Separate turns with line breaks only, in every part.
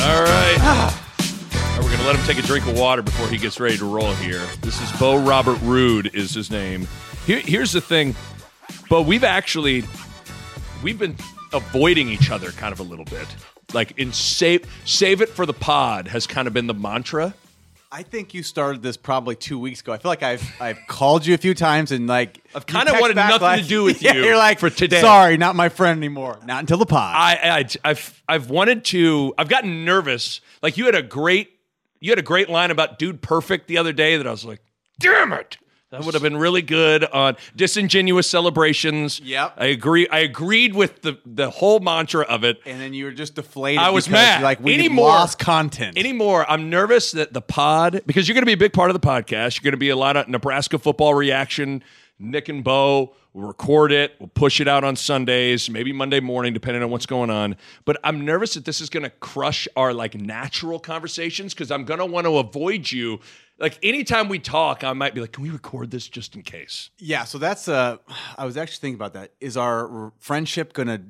All right. All right, We're going to let him take a drink of water before he gets ready to roll here. This is Bo Robert Rude is his name. Here, here's the thing, Bo, we've actually we've been avoiding each other kind of a little bit. Like in save save it for the pod has kind of been the mantra.
I think you started this probably two weeks ago. I feel like I've I've called you a few times and like I've
kinda wanted nothing to do with you
You're like
for today.
Sorry, not my friend anymore. Not until the pod.
I, I I've I've wanted to. I've gotten nervous. Like you had a great you had a great line about Dude Perfect the other day that I was like, damn it. That would have been really good on disingenuous celebrations.
Yep.
I agree. I agreed with the the whole mantra of it.
and then you were just deflated.
I was
because
mad.
you're Like we
Any
had
more-
lost content.
Anymore, I'm nervous that the pod because you're going to be a big part of the podcast. You're going to be a lot of Nebraska football reaction. Nick and Bo will record it. We'll push it out on Sundays, maybe Monday morning, depending on what's going on. But I'm nervous that this is going to crush our like natural conversations because I'm going to want to avoid you. Like anytime we talk, I might be like, "Can we record this just in case?"
yeah. So that's uh, I was actually thinking about that. Is our r- friendship gonna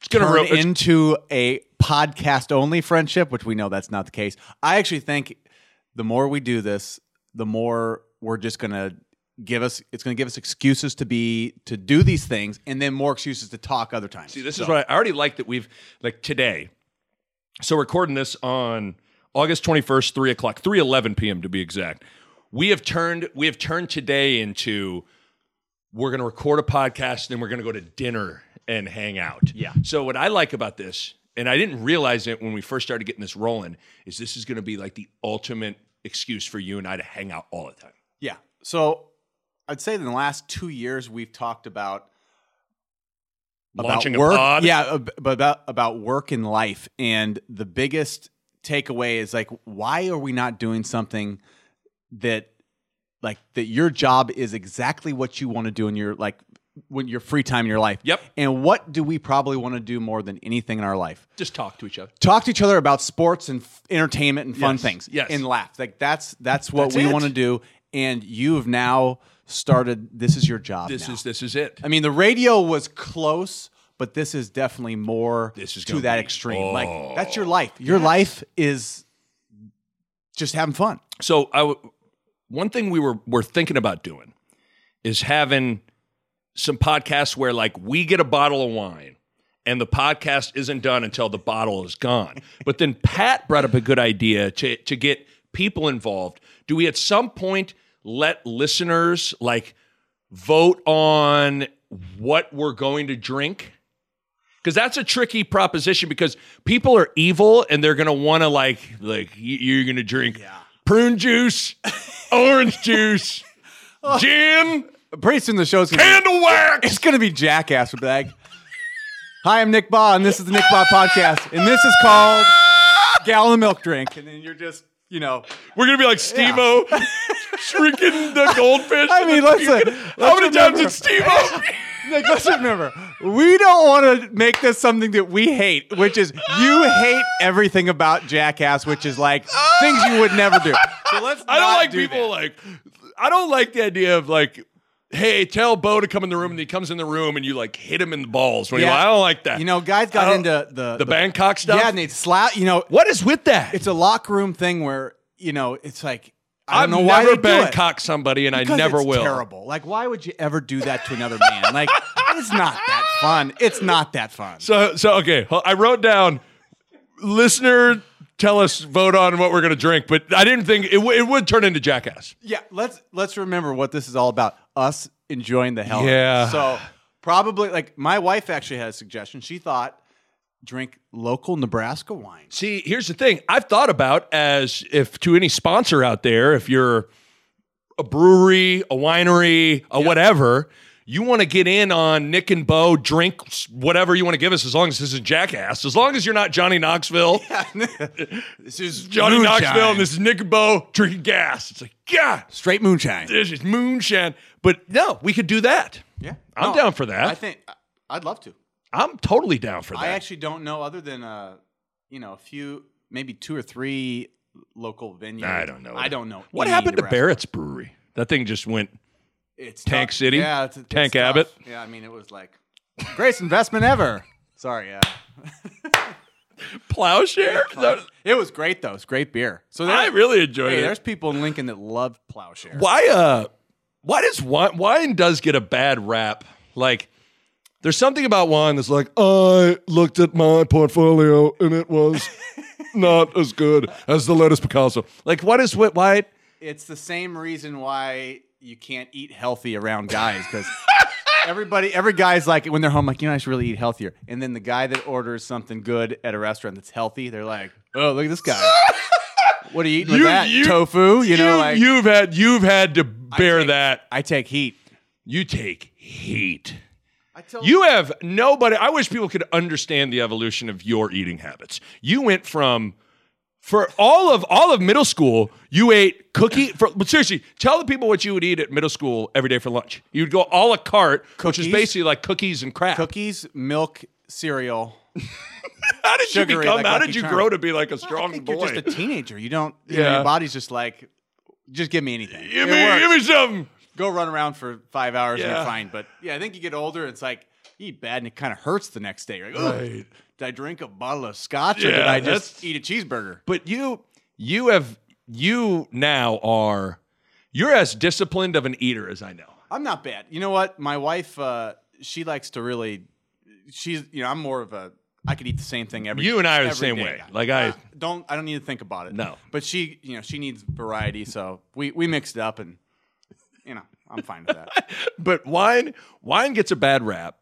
it's
gonna
turn
ro- it's-
into a podcast only friendship, which we know that's not the case. I actually think the more we do this, the more we're just gonna give us it's gonna give us excuses to be to do these things and then more excuses to talk other times.
See, this is what I, I already like that we've like today. So recording this on August twenty first, three o'clock, three eleven p.m. to be exact. We have turned we have turned today into we're going to record a podcast, then we're going to go to dinner and hang out.
Yeah.
So what I like about this, and I didn't realize it when we first started getting this rolling, is this is going to be like the ultimate excuse for you and I to hang out all the time.
Yeah. So I'd say in the last two years we've talked about
Launching a
about work.
pod.
Yeah, ab- but about about work and life. And the biggest takeaway is like, why are we not doing something that like that your job is exactly what you want to do in your like when your free time in your life.
Yep.
And what do we probably want to do more than anything in our life?
Just talk to each other.
talk to each other about sports and f- entertainment and fun
Yes,
things
yes.
and laugh like that's that's what
That's
we
it.
want to do and you have now started this is your job
This
now.
is this is it.
i mean the radio was close but this is definitely more
This is
to
gonna
that
be-
extreme like that's your life your life is just having fun
so I w- one thing we were were thinking about doing is having some podcasts where like we get a bottle of wine and the podcast isn't done until the bottle is gone. But then Pat brought up a good idea to to get people involved. Do we at some point let listeners like vote on what we're going to drink? Because that's a tricky proposition because people are evil and they're gonna want to like like y- you're gonna drink prune juice, orange juice, gin,
pretty soon the show's gonna be,
candle wax.
it's gonna be jackass with like hi i'm nick baugh and this is the nick baugh podcast and this is called gallon of milk drink and then you're just you know
We're gonna be like Steve-O drinking the goldfish.
I mean, let's, uh,
how
let's
many times
remember-
did Steve-O?
Nick, let's remember, we don't want to make this something that we hate, which is you hate everything about Jackass, which is like things you would never do. So let's.
I don't
not
like
do
people
that.
like. I don't like the idea of like. Hey, tell Bo to come in the room, and he comes in the room, and you like hit him in the balls. When you're
Yeah.
like, I don't like that.
You know, guys
I
got
don't-
into the,
the, Bangkok stuff.
Yeah, and they slap. You know,
what is with that?
it's a locker room thing where you know it's like I
I've
don't know why
never
they do it.
Bangkok somebody, and I
Because
never
it's
will.
Terrible. Like, why would you ever do that to another man? Like, it's not that fun. It's not that fun.
So so okay, well, I wrote down listener tell us vote on what we're going to drink, but I didn't think it, w- it would turn into jackass.
Yeah, let's let's remember what this is all about. Us enjoying the hell. out of it.
Yeah.
So probably like my wife actually had a suggestion. She thought drink local Nebraska wine.
See, here's the thing. I've thought about as if to any sponsor out there, if you're a brewery, a winery, a whatever, you want to get in on Nick and Bo, drink whatever you want to give us, as long as this is jackass, as long as you're not Johnny Knoxville,
This is
Johnny Knoxville, and this is Nick and Bo drinking gas. It's like, God,
straight moonshine.
this is moonshine. But no, we could do that.
Yeah,
I'm down for that.
I think I'd love to.
I'm totally down for that.
I actually don't know other than uh, you know, a few, maybe two or three local venues.
I don't know.
I don't know.
what
any
happened to
Nebraska.
Barrett's Brewery? That thing just went.
It's
Tank
tough.
City?
Yeah, it's, it's
Tank
tough.
Abbott?
Yeah, I mean, it was like greatest investment ever. Sorry, yeah.
Plowshare? That-
It was great though. It's great beer. So there,
I really enjoyed
hey,
it.
there's people in Lincoln that love plowshare.
why uh why does wine wine does get a bad rap like there's something about wine that's like i looked at my portfolio and it was not as good as the latest picasso like what is what why
It's the same reason why you can't eat healthy around guys because everybody, every guy's like when they're home, like you know, I should really eat healthier. And then the guy that orders something good at a restaurant that's healthy, they're like, oh, look at this guy. what are you eating
You-
with that
you-
tofu? You, know, like
you've had you've had to bear
take-
that
I take heat.
you take heat
I tell
you have nobody i wish people could understand the evolution of your eating habits you went from for all of all of middle school you ate cookie for but seriously tell the people what you would eat at middle school every day for lunch you would go a la carte which
Cookies?
is basically like cookies and crap
cookies, milk, cereal.
how did you
sugary,
become
like
how
Lucky
did you
Charms.
grow to be like a strong
I think
boy
you're just a teenager. You don't. You know,
Yeah.
your body's just like, just give me anything.
give,
It
me,
works.
give me something
Go run around for five hours and
Yeah.
you're fine. But yeah, I think you get older. It's like you eat bad and it kind of hurts the next day. You're like, "Ugh,
Right.
did I drink a bottle of scotch or
Yeah,
did I just
that's-
eat a cheeseburger?
but you you have you now are you're as disciplined of an eater as i know
I'm not bad. You know what? My wife, uh, she likes to really. She's you know I'm more of a I could eat the same thing every.
You and I are the
every
same
day
way.
guy.
Like, I-
Uh, don't I don't need to think about it.
No.
but she you know she needs variety, so we we mixed up and you know I'm fine with that.
but wine wine gets a bad rap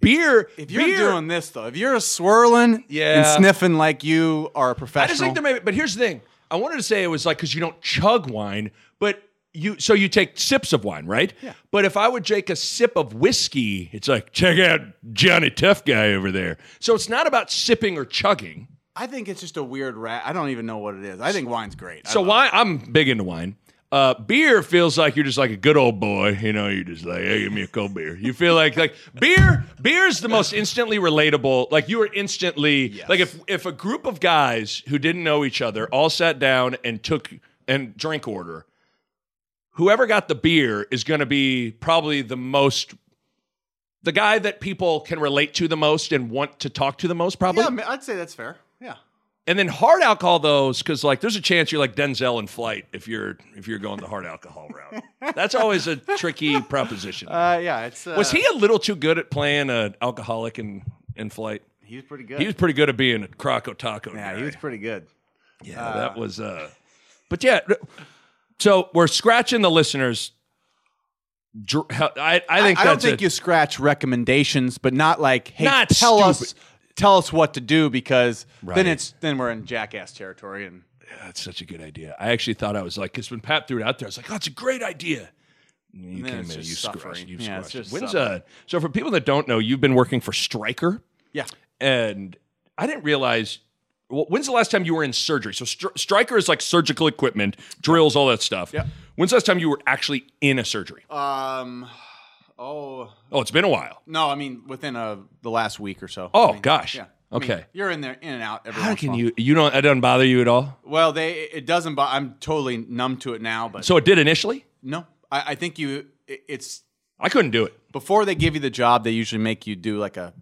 beer
If you're
beer-
doing this though, if you're swirling
Yeah.
and sniffing like you are a
I
professional,
just think there may be, but here's the thing. I wanted to say it was like because you don't chug wine, but you so you take sips of wine, right? Yeah. But if I would take a sip of whiskey, it's like check out Johnny Tough Guy over there. So it's not about sipping or chugging.
I think it's just a weird rat. I don't even know what it is. I think wine's great. I
So
love
wine, I'm big into wine. Uh, beer feels like you're just like a good old boy, you know. You're just like, hey, give me a cold beer. You feel like like beer. Beer is the most instantly relatable. Like you were instantly like if if a group of guys who didn't know each other all sat down and took and drink order, whoever got the beer is going to be probably the most. The guy that people can relate to the most and want to talk to the most,
it.
probably.
yeah, I mean, I'd say that's fair. Yeah.
And then hard alcohol those because like there's a chance you're like Denzel in flight if you're if you're going the hard alcohol route. That's always a tricky proposition.
Uh, yeah, it's uh,
was he a little too good at playing an alcoholic in in flight?
He was pretty good.
He was pretty good at being a croco taco.
yeah,
guy.
he was pretty good.
yeah, that was. uh But yeah, so we're scratching the listeners. Dr- I I think
I, don't
that's
think
it.
you scratch recommendations, but not like hey,
Not
tell us
stupid.
tell us what to do because
Right.
then it's then we're in jackass territory and
That's such a good idea. I actually thought I was like, because when Pat threw it out there, I was like, oh, it's a great idea. And you
then
came in,
it's
you
just
scratched,
suffering.
you
Yeah, it's
scratched.
just
When's
suffering.
uh so for people that don't know, you've been working for Stryker,
yeah,
and I didn't realize. Well, when's the last time you were in surgery? So Str- Stryker is like surgical equipment, drills, all that stuff.
Yep.
When's the last time you were actually in a surgery?
um, oh
Oh, it's been a while.
no, I mean within uh the last week or so.
Oh
I mean,
gosh.
yeah, I mean,
Okay.
you're in there in and out. Every
How
once in
can
a while.
you? You don't. That doesn't bother you at all.
Well, they it doesn't. But I'm totally numb to it now. But
So it did initially.
no, I, I think you it, it's
I couldn't do it.
before they give you the job, they usually make you do like a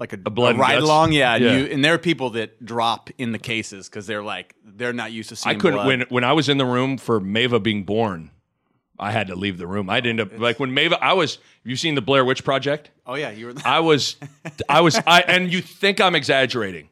like a,
blood and
ride
guts?
along. Yeah, and
Yeah.
you and there are people that drop in the cases because they're like they're not used to
I
seeing.
couldn't
blood.
when when I was in the room for Mava being born. I had to leave the room. I'd end up like when Mava. I was. You've seen the Blair Witch Project.
Oh yeah, you were.
I was. I was. I and you think I'm exaggerating.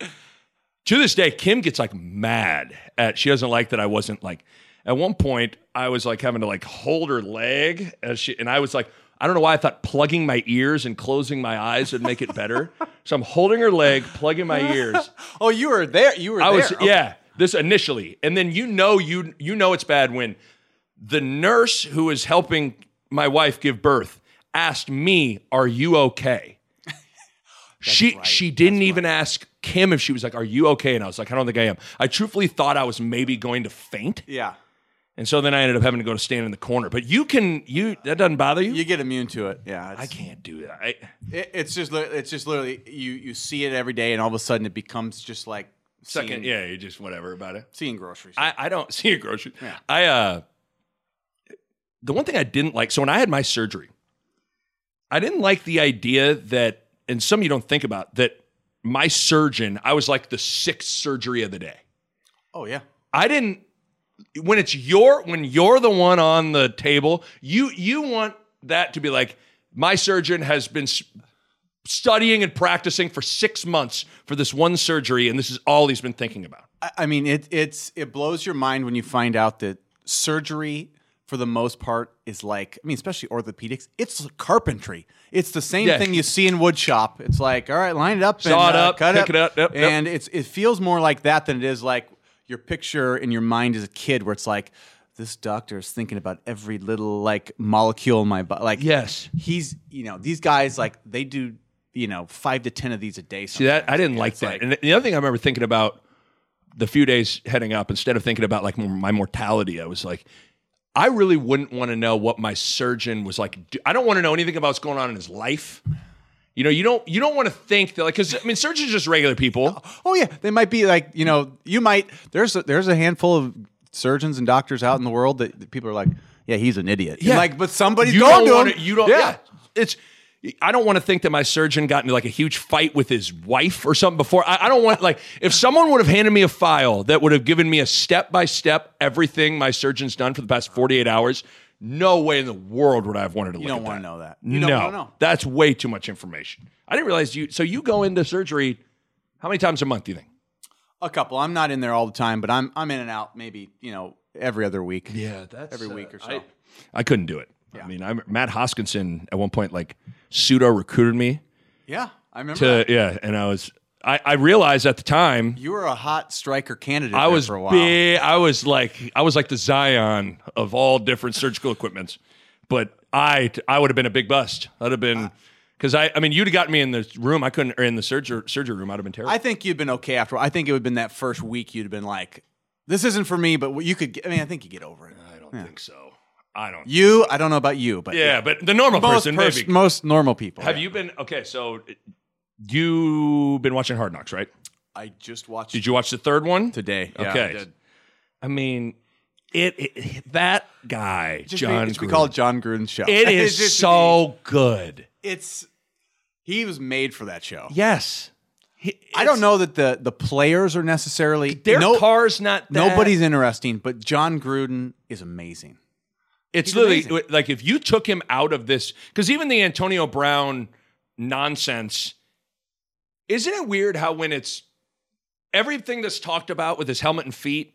To this day, Kim gets like mad at. She doesn't like that I wasn't like. At one point, I was like having to like hold her leg as she and I was like. I don't know why I thought plugging my ears and closing my eyes would make it better. so I'm holding her leg, plugging my ears,
oh, you were there. You were.
I
there.
was
Okay.
yeah. This initially, and then you know you you know it's bad when the nurse who is helping my wife give birth asked me, "Are you okay?" she
right.
she didn't even ask Kim if she was like, "Are you okay?" And I was like, "I don't think I am." I truthfully thought I was maybe going to faint,
Yeah.
and so then I ended up having to go to stand in the corner. But you can you that doesn't bother you.
You get immune to it. Yeah. It's,
I can't do that. I,
It, it's just li- it's just literally you you see it every day, and all of a sudden it becomes just like
second,
seeing,
yeah, you just whatever about it.
seeing groceries.
I, I don't see a grocery. I uh the one thing I didn't like, so when I had my surgery, I didn't like the idea that and some you don't think about that my surgeon, I was like the sixth surgery of the day.
oh yeah.
I didn't when it's your when you're the one on the table, you you want that to be like my surgeon has been s- studying and practicing for 6 months for this one surgery and this is all he's been thinking about.
I, I mean it it's it blows your mind when you find out that surgery for the most part is like I mean especially orthopedics it's carpentry. It's the same
Yeah.
thing you see in wood shop. It's like all right, line it up,
Saw it
and, uh,
up,
cut
pick it up, yep, yep.
and it's it feels more like that than it is like your picture in your mind as a kid where it's like. This doctor is thinking about every little like molecule in my body. Like,
Yes.
he's you know these guys like they do you know five to ten of these a day.
See that I didn't like
It's
that.
like-
and the other thing I remember thinking about the few days heading up, instead of thinking about like m- my mortality, I was like, I really wouldn't want to know what my surgeon was like. do- I don't want to know anything about what's going on in his life. You know, you don't you don't want to think that like because I mean surgeons are just regular people.
Oh yeah, they might be like you know you might there's a, there's a handful of surgeons and doctors out in the world that, that people are like yeah he's an idiot And,
Yeah.
like but somebody's
you
going
don't
to
wanna-
him.
You don't. Yeah. it's. I don't want to think that my surgeon got into like a huge fight with his wife or something before. I, I don't want like if someone would have handed me a file that would have given me a step by step everything my surgeon's done for the past forty eight hours. No way in the world would I have wanted to.
you
look
don't
at
want
that.
to know that you
No,
don't want to know
that's way too much information. I didn't realize you. So you go into surgery. How many times a month do you think?
a couple I'm not in there all the time but I'm I'm in and out maybe you know every other week
Yeah, that's
every week or so
I, I couldn't do it. I mean, I'm Matt Hoskinson at one point like pseudo recruited me
yeah I remember that.
to yeah and i was i i realized at the time
you were a hot striker candidate
i
there
was
for a while
big i was like i was like the zion of all different surgical equipments but i i would have been a big bust i'd have been because i i mean you'd have gotten me in the room i couldn't or in the surgery surgery room i'd have been terrible
I think you'd been okay after I think it would have been that first week you'd have been like this isn't for me but you could get, I mean I think you get over it
i don't think so i don't
you I don't know about you but
yeah but the normal
most
person
pers-
maybe
most normal people
have you been okay so you been watching hard knocks right
I just watched
did you watch the third one
today.
okay i mean it, it that guy john
we, it's, we
Gruden.
call it John Gruden's show.
It
It's
is
just-
so good.
It's he was made for that show.
Yes.
I don't know that the the players are necessarily
Their
no-
car's not that.
Nobody's interesting, but John Gruden is amazing.
It's
he's
literally
amazing.
like if you took him out of this, because even the Antonio Brown nonsense, isn't it weird how when it's everything that's talked about with his helmet and feet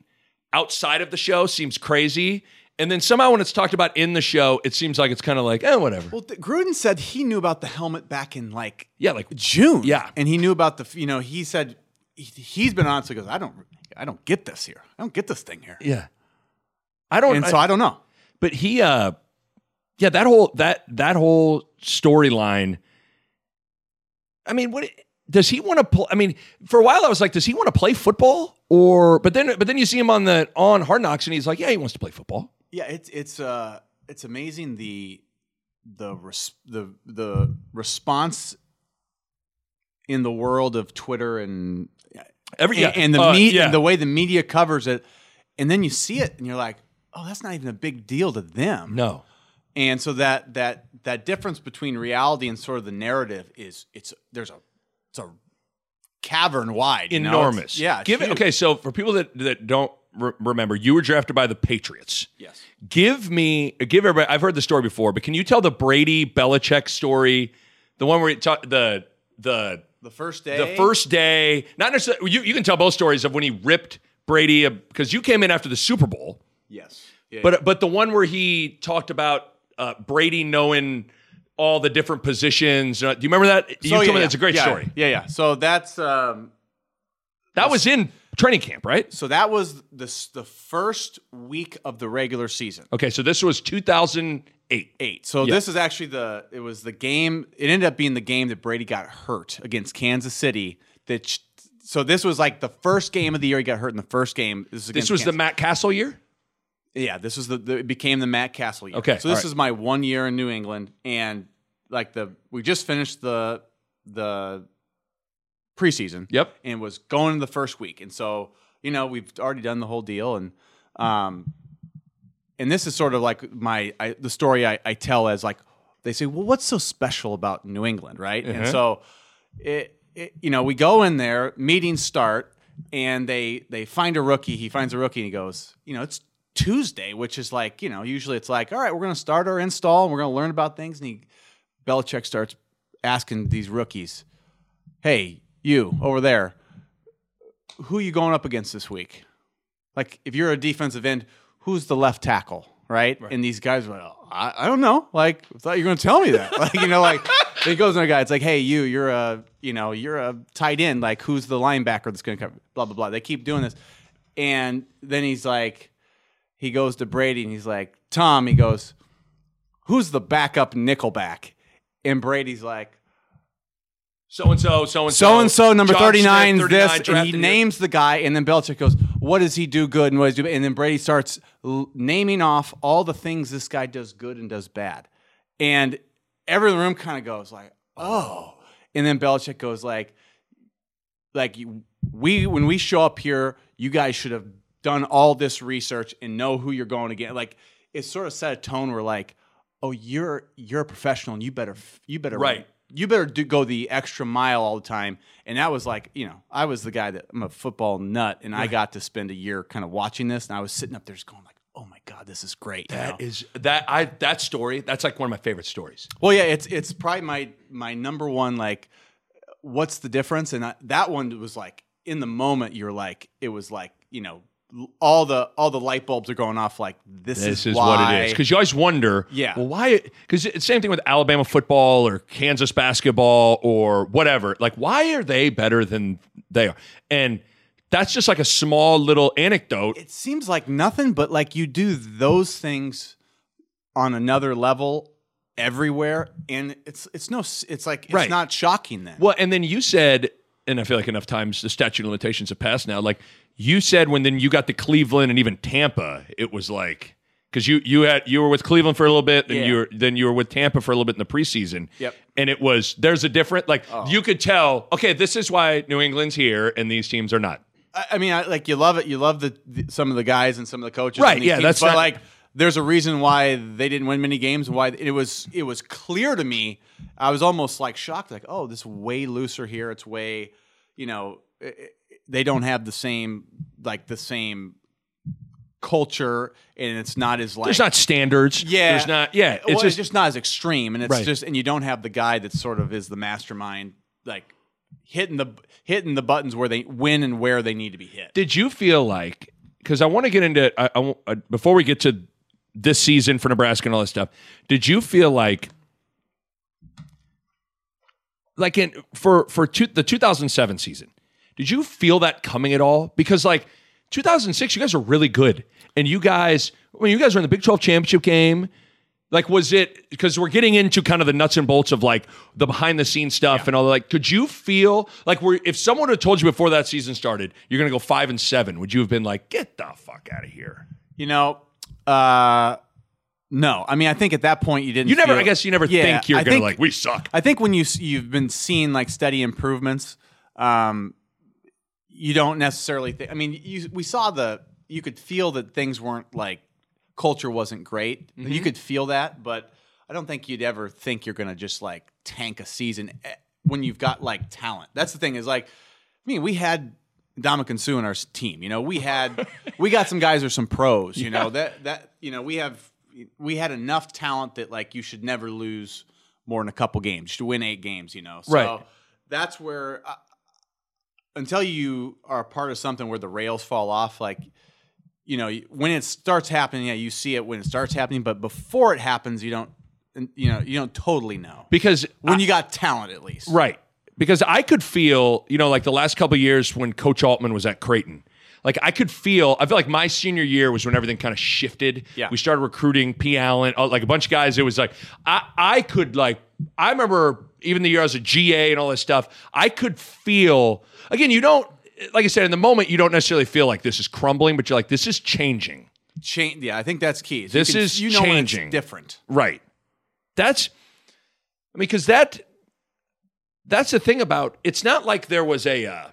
outside of the show seems crazy, and then somehow when it's talked about in the show, it seems like it's kind of like eh, whatever.
Well, th- Gruden said he knew about the helmet back in like
yeah, like
June.
Yeah.
and he knew about the you know he said he, he's been honest. He goes, I don't I don't get this here. I don't get this thing here.
yeah. I don't.
And
I-
so I don't know.
but he uh yeah that whole that that whole storyline i mean what does he want to play i mean for a while i was like does he want to play football or but then but then you see him on the on hard knocks and he's like yeah he wants to play football
Yeah, it's it's uh it's amazing the the res- the the response in the world of Twitter and
every yeah,
and, and the
uh,
me-
yeah.
and the way the media covers it, and then you see it and you're like, oh, that's not even a big deal to them.
no
And so that that that difference between reality and sort of the narrative is it's there's a it's a cavern wide you know? It's-
enormous
yeah, it's
give it
huge.
okay so for people that that don't re- remember you were drafted by the patriots
Yes.
Give me, give everybody. I've heard the story before, but can you tell the Brady Belichick story, the one where it ta- the the
The first day.
the first day, not necessarily. You, you can tell both stories of when he ripped Brady because you came in after the Super Bowl,
Yes. Yeah,
but but the one where he talked about uh, Brady knowing all the different positions. Uh, do you remember that? you
So,
told
Oh, yeah,
me
yeah,
that's a great
yeah,
story.
Yeah, yeah. So that's um,
That was in training camp, right?
So that was the s- the first week of the regular season.
Okay, so this was 2008. eight.
eight. So
Yeah.
this is actually the it was the game. It ended up being the game that Brady got hurt against Kansas City. That sh- so this was like the first game of the year he got hurt in the first game. This,
This was the Matt Castle year.
the yeah. This was the, the it became the Matt Castle year.
Okay,
so this
alright.
is my one year in New England, and like the we just finished the the preseason
Yep.
and was going the first week. And so, you know, we've already done the whole deal and um and this is sort of like my I, the story I, I tell as like they say, well, what's so special about New England, right? And so, it, it you know we go in there, meetings start, and they they find a rookie. He finds a rookie and he goes, you know, it's Tuesday, which is like you know usually it's like all right, we're going to start our install and we're going to learn about things. And he Belichick starts asking these rookies, hey, you over there, who you going up against this week? Like, if you're a defensive end, who's the left tackle, right? And these guys were like, "Oh, I, I don't know. Like, I thought you were going to tell me that. like, you know, like, it goes to a guy, it's like, hey, you, you're a, you know, you're a tight end. Like, who's the linebacker that's going to cover? Blah, blah, blah. They keep doing this. And then he's like, he goes to Brady and he's like, Tom, he goes, who's the backup nickelback? And Brady's like,
So and so, so and so,
so and so number
John
thirty nine
Smith,
this,
39,
and he
drafted year.
names the guy, and then Belichick goes, "What does he do good, and what does he do?" bad?" And then Brady starts l- naming off all the things this guy does good and does bad, and everyone in the room kind of goes like, "Oh," and then Belichick goes like, "Like you- we when we show up here, you guys should have done all this research and know who you're going against." Like it sort of set a tone where like, "Oh, you're you're a professional, and you better f- you better
Right.
you better do, go the extra mile all the time. And that was like, you know, I was the guy that I'm a football nut, and I got to spend a year kind of watching this, and I was sitting up there just going like, oh my god, this is great. you know?
That is that I that story. That's like one of my favorite stories.
well, yeah, it's it's probably my my number one like, what's the difference? And I, that one was like in the moment you're like, it was like you know l- all the all the light bulbs are going off like this,
This
is
is
why.
what it is. Because you always wonder,
Yeah.
well, why? Because it's same thing with Alabama football or Kansas basketball or whatever. Like, why are they better than they are? And that's just like a small little anecdote.
it seems like nothing, but like you do those things on another level everywhere, and it's it's no it's like it's
Right.
not shocking then.
Well, and then you said, and I feel like enough times the statute of limitations have passed now. Like you said, when then you got to Cleveland and even Tampa, it was like because you you had you were with Cleveland for a little bit, then
Yeah.
you were then you were with Tampa for a little bit in the preseason.
Yep. Oh.
And it was there's a different like you could tell. Okay, this is why New England's here and these teams are not.
I, I mean, I, like you love it, you love the, the some of the guys and some of the coaches,
Right,
and these
yeah, that's
but
not-
like there's a reason why they didn't win many games, and why it was it was clear to me. I was almost like shocked, like oh, this way looser here. It's way, you know, i- i- they don't have the same like the same culture, and it's not as like
There's not standards.
Yeah.
There's not. Yeah. It's
well,
just
not as extreme, and it's
Right.
just and you don't have the guy that sort of is the mastermind, like hitting the hitting the buttons where they when and where they need to be hit.
did you feel like because i want to get into I, I w- uh, before we get to this season for nebraska and all that stuff did you feel like like in for for two, the 2007 season did you feel that coming at all because like 2006 you guys were really good and you guys when you guys were in the big 12 championship game like was it because we're getting into kind of the nuts and bolts of like the behind the scenes stuff and all that like could you feel like were if someone had told you before that season started you're gonna go five and seven would you have been like get the fuck out of here
You know, uh, no, I mean I think at that point you didn't.
you never
feel-
i guess you never
Yeah,
think you're
I
gonna
think-
like we suck
I think when you s- you've been seeing like steady improvements, um, you don't necessarily think. I mean, you we saw the you could feel that things weren't like culture wasn't great. You could feel that, but I don't think you'd ever think you're gonna just like tank a season eh, when you've got like talent. That's the thing is like, I mean, we had. Dominican Sue in our s- team, you know, we had, we got some guys who are some pros, you know, that, that, you know, we have, we had enough talent that like you should never lose more than a couple games. You should win eight games, you know. So
Right.
that's where uh, until you are a part of something where the rails fall off, like you know, you- when it starts happening, yeah, you see it when it starts happening, but before it happens, you don't, and, you know, you don't totally know
because
when you got talent at least.
Right. Because I could feel, you know, like the last couple of years when Coach Altman was at Creighton, Like I could feel, I feel like my senior year was when everything kind of shifted.
Yeah.
We started recruiting P. Allen, uh, like a bunch of guys. It was like, I, I could like, I remember even the year I was a GA and all this stuff, I could feel, again, you don't, like I said, in the moment, you don't necessarily feel like this is crumbling, but you're like, this is changing.
Change. Yeah, I think that's key.
This is
you know when it's
changing.
different.
Right. That's I mean cuz that that's the thing about it's not like there was a uh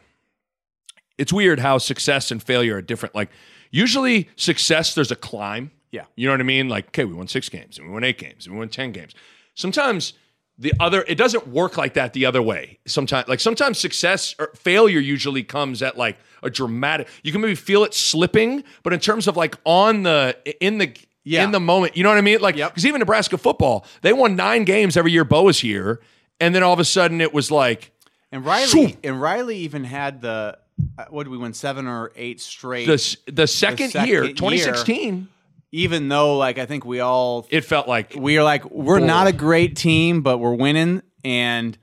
it's weird how success and failure are different. Like usually success there's a climb.
Yeah.
You know what I mean? Like okay, we won 6 games and we won 8 games and we won 10 games. Sometimes the other it doesn't work like that the other way. Sometimes like sometimes success or failure usually comes at like a dramatic you can maybe feel it slipping, but in terms of like on the in the
Yeah.
in the moment. You know what I mean? Like,
Yep.
because even Nebraska football, they won nine games every year Bo was here, and then all of a sudden it was like
And Riley
Shoo.
and Riley even had the uh, what did we win seven or eight straight.
the s- the second,
second
year,
year.
2016,
even though like I think we all
it felt like
we are like we're not a great team, but we're winning and.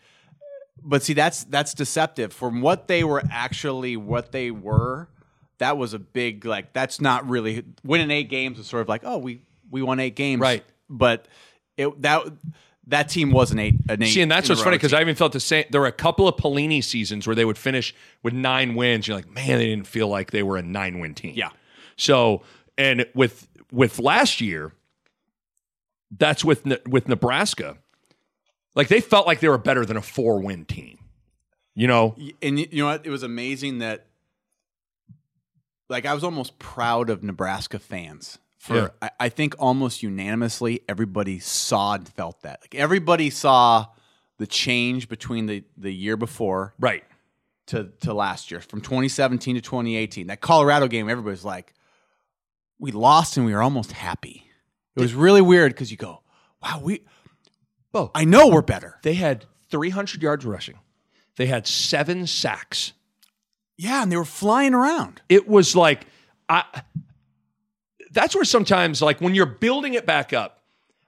But see, that's that's deceptive. From what they were actually, what they were, that was a big like. That's not really winning eight games was sort of like, oh, we we won eight games,
Right.
But it that that team was an eight an eight.
See, and that's
in a
what's
row
funny
team.
because I even felt the same. There were a couple of Pelini seasons where they would finish with nine wins. You're like, man, they didn't feel like they were a nine win team.
Yeah.
So, and with with last year, that's with Ne- with Nebraska, like they felt like they were better than a four win team. You know,
Y- and y- you know what? It was amazing that, like, I was almost proud of Nebraska fans for.
Yeah.
I, I think almost unanimously, everybody saw and felt that. Like everybody saw the change between the the year before
right?
to to last year, from 2017 to 2018. That Colorado game, everybody was like, we lost and we were almost happy. It was really weird because you go, wow, we.
Bo.
I know we're better.
They had 300 yards rushing. They had seven sacks.
Yeah, and they were flying around.
It was like I that's where sometimes like when you're building it back up.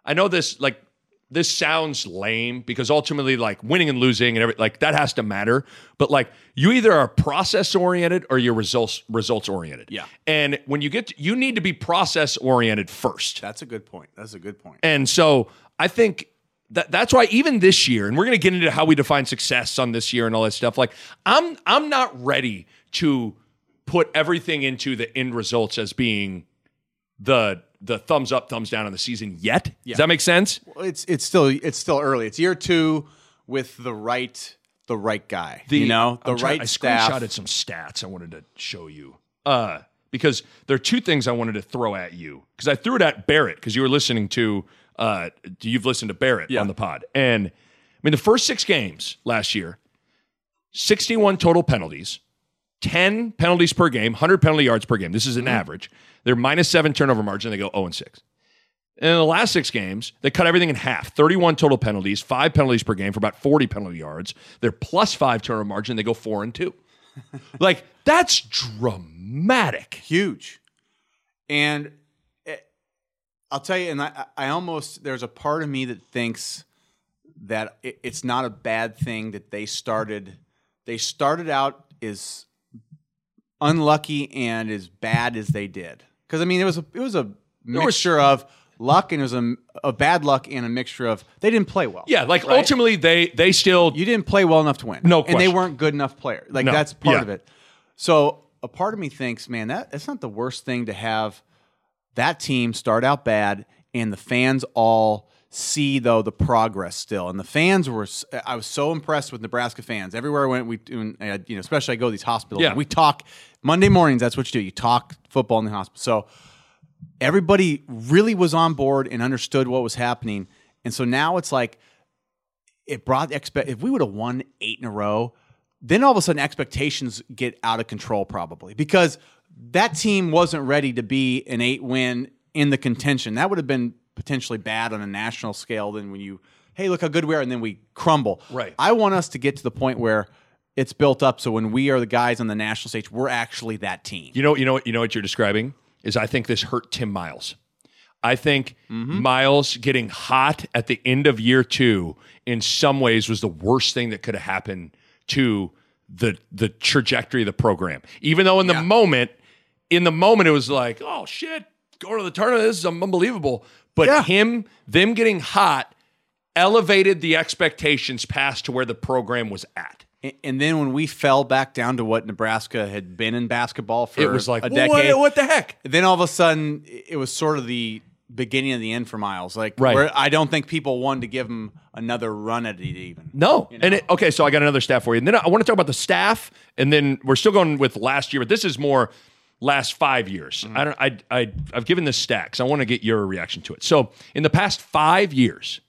I know this like this sounds lame because ultimately like winning and losing and every like that has to matter, but like you either are process oriented or you're results results oriented.
Yeah.
And when you get to, you need to be process oriented first.
That's a good point. That's a good point.
And so I think that that's why even this year, and we're going to get into how we define success on this year and all that stuff. Like I'm I'm not ready to put everything into the end results as being the the thumbs up, thumbs down on the season yet. Does that make sense?
Well, it's it's still it's still early. It's year two with the right the right guy. you know the
I'm trying-
right
I
staff.
screenshotted some stats I wanted to show you. Uh, because there are two things I wanted to throw at you. Because I threw it at Barrett because you were listening to uh, you've listened to Barrett on the pod, and I mean the first six games last year, sixty-one total penalties. 10 penalties per game, 100 penalty yards per game. This is an average. They're minus seven turnover margin. They go 0 and 6. And in the last six games, they cut everything in half 31 total penalties, five penalties per game for about 40 penalty yards. They're plus five turnover margin. They go four and two. like, that's dramatic.
huge. And it, I'll tell you, and I, I almost there's a part of me that thinks that it, it's not a bad thing that they started. They started out as unlucky and as bad as they did. Because I mean, it was a it was a
was-
mixture of luck and it was a, a bad luck and a mixture of they didn't play well.
Yeah, like
Right?
ultimately, they they still,
you didn't play well enough to win.
No
And they
question.
weren't good enough players. Like
No.
that's part
Yeah.
of it. So a part of me thinks, man, that that's not the worst thing to have that team start out bad and the fans all see though the progress still. And the fans were s- I was so impressed with Nebraska fans. Everywhere I went, we and, uh, you know, especially I go to these hospitals.
Yeah.
and We talk Monday mornings, that's what you do. You talk football in the hospital. So everybody really was on board and understood what was happening. And so now it's like it brought expect if we would have won eight in a row, then all of a sudden expectations get out of control probably because that team wasn't ready to be an eight win in the contention. That would have been potentially bad on a national scale than when you hey look how good we are and then we crumble.
Right.
I want us to get to the point where it's built up so when we are the guys on the national stage, we're actually that team.
you know, you know, what you know what you're describing is I think this hurt Tim Miles. I think
Mm-hmm.
Miles getting hot at the end of year two in some ways was the worst thing that could have happened to the the trajectory of the program. Even though in the moment in the moment, it was like, oh shit, going to the tournament. This is unbelievable. But
Yeah.
him, them getting hot elevated the expectations past to where the program was at.
And- And then when we fell back down to what Nebraska had been in basketball for
It was like,
a
"Well,
decade,
what- what the heck?
then all of a sudden it was sort of the beginning of the end for Miles. Like,
Right.
where I don't think people wanted to give him another run at it even.
No. And it, okay, so I got another staff for you. And then I want to talk about the staff, and then we're still going with last year, but this is more last five years. I don't. I, I I've given this stacks. I want to get your reaction to it. So in the past five years,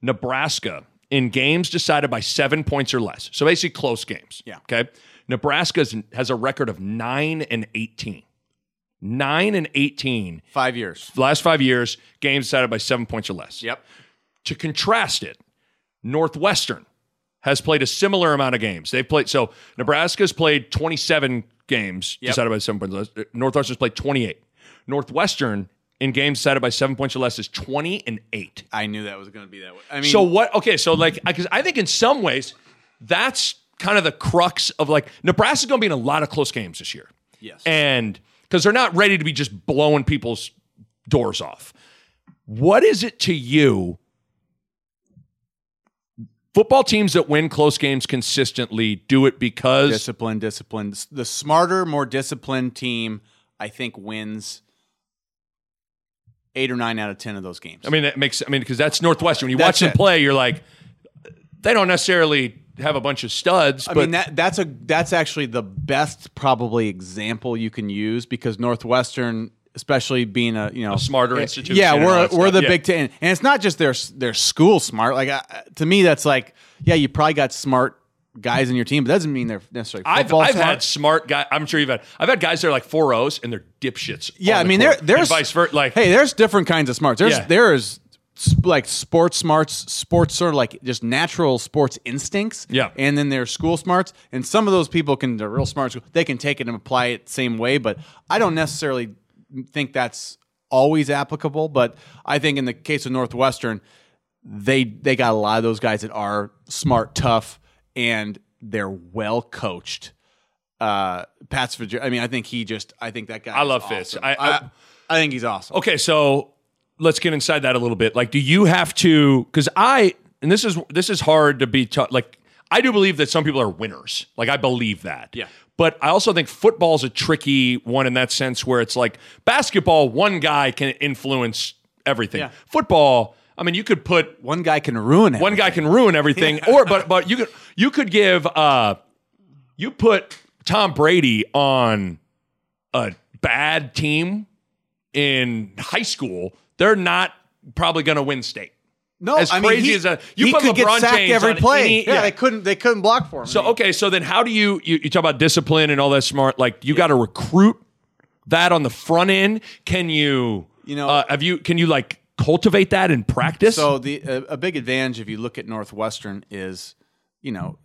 Nebraska in games decided by seven points or less, so basically close games.
Yeah.
Okay. Nebraska has a record of nine and eighteen. Nine and eighteen.
Five years.
Last five years, games decided by seven points or less.
Yep.
To contrast it, Northwestern has played a similar amount of games. They've played so Nebraska's played 27 games
Yep.
decided by seven points. or less. Northwestern's played 28. Northwestern in games decided by seven points or less is 20 and eight.
I knew that was going to be that way. I mean,
so what? Okay, so like because I think in some ways that's kind of the crux of like Nebraska's going to be in a lot of close games this year.
yes.
And because they're not ready to be just blowing people's doors off. What is it to you? Football teams that win close games consistently do it because
discipline, discipline. The smarter, more disciplined team, I think, wins eight or nine out of 10 of those games.
I mean that makes I mean because that's Northwestern. When you watch
That's
them
it.
play, you're like they don't necessarily have a bunch of studs,
I
but
mean that that's a that's actually the best probably example you can use because Northwestern, especially being a you know
smarter
eh,
institution
yeah,
and all
we're
that
we're
stuff.
the
Yeah.
Big Ten, and it's not just their s- their school smart. Like I, I- to me, that's like yeah, you probably got smart guys in your team, but that doesn't mean they're necessarily
I've,
football
I've
smart.
had smart guy. I'm sure you've had. I've had guys that are like four O's and they're dipshits.
yeah,
on
I
the
mean there
court. And
there's
vice versa. Like
hey, there's different kinds of smarts. There's
Yeah.
there's s- like sports smarts, sports sort of like just natural sports instincts.
Yeah.
And then there's school smarts. And some of those people can they're real smart. in school. They can take it and apply it same way, but I don't necessarily think that's always applicable. But I think in the case of Northwestern, they they got a lot of those guys that are smart, tough, and they're well coached. Uh, Pat's. Fitzgerald- I mean, I think he just. I think that guy.
I
is
love Fitz.
awesome.
I- I-
I I think he's awesome.
Okay, so let's get inside that a little bit. Like, do you have to? Because I, and this is this is hard to be taught. Like, I do believe that some people are winners. Like, I believe that.
Yeah.
But I also think football's a tricky one in that sense, where it's like basketball, one guy can influence everything.
Yeah.
Football, I mean, you could put
One guy can ruin it.
one guy can ruin everything or but but you could you could give uh you put Tom Brady on a bad team in high school they're not probably going to win state
no,
as crazy as a- you
he
put
could
LeBron
get sacked
James
every
on
play.
any-
yeah,
yeah.
they couldn't. They couldn't block for him.
so okay so then how do you you, you talk about discipline and all that smart like you got to recruit that on the front end can you
You know-
uh, have you can you like cultivate that in practice
So the a, a big advantage if you look at Northwestern is, you know,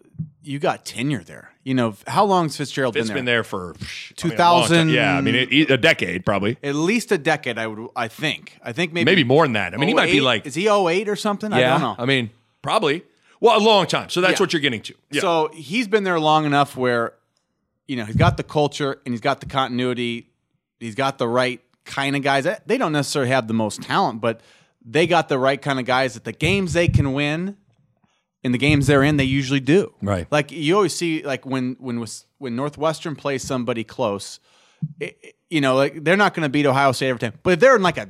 you got tenure there. You know, how long's Fitzgerald
it's
been
been there
there?
for psh, I mean, a long
2000
time. yeah i mean it, a decade probably
At least a decade. I would. I think. I think maybe
maybe more than that i mean he might be
08
like
is he 08 or something? I don't know.
I mean, probably. Well, a long time. So that's
Yeah.
what you're getting to. Yeah.
So he's been there long enough where, you know, he's got the culture and he's got the continuity. He's got the right kind of guys. They don't necessarily have the most talent, but they got the right kind of guys that the games they can win in the games they're in, they usually do.
Right.
Like you always see, like when when was- when Northwestern plays somebody close, it, it- you know, like they're not going to beat Ohio State every time. But if they're in like a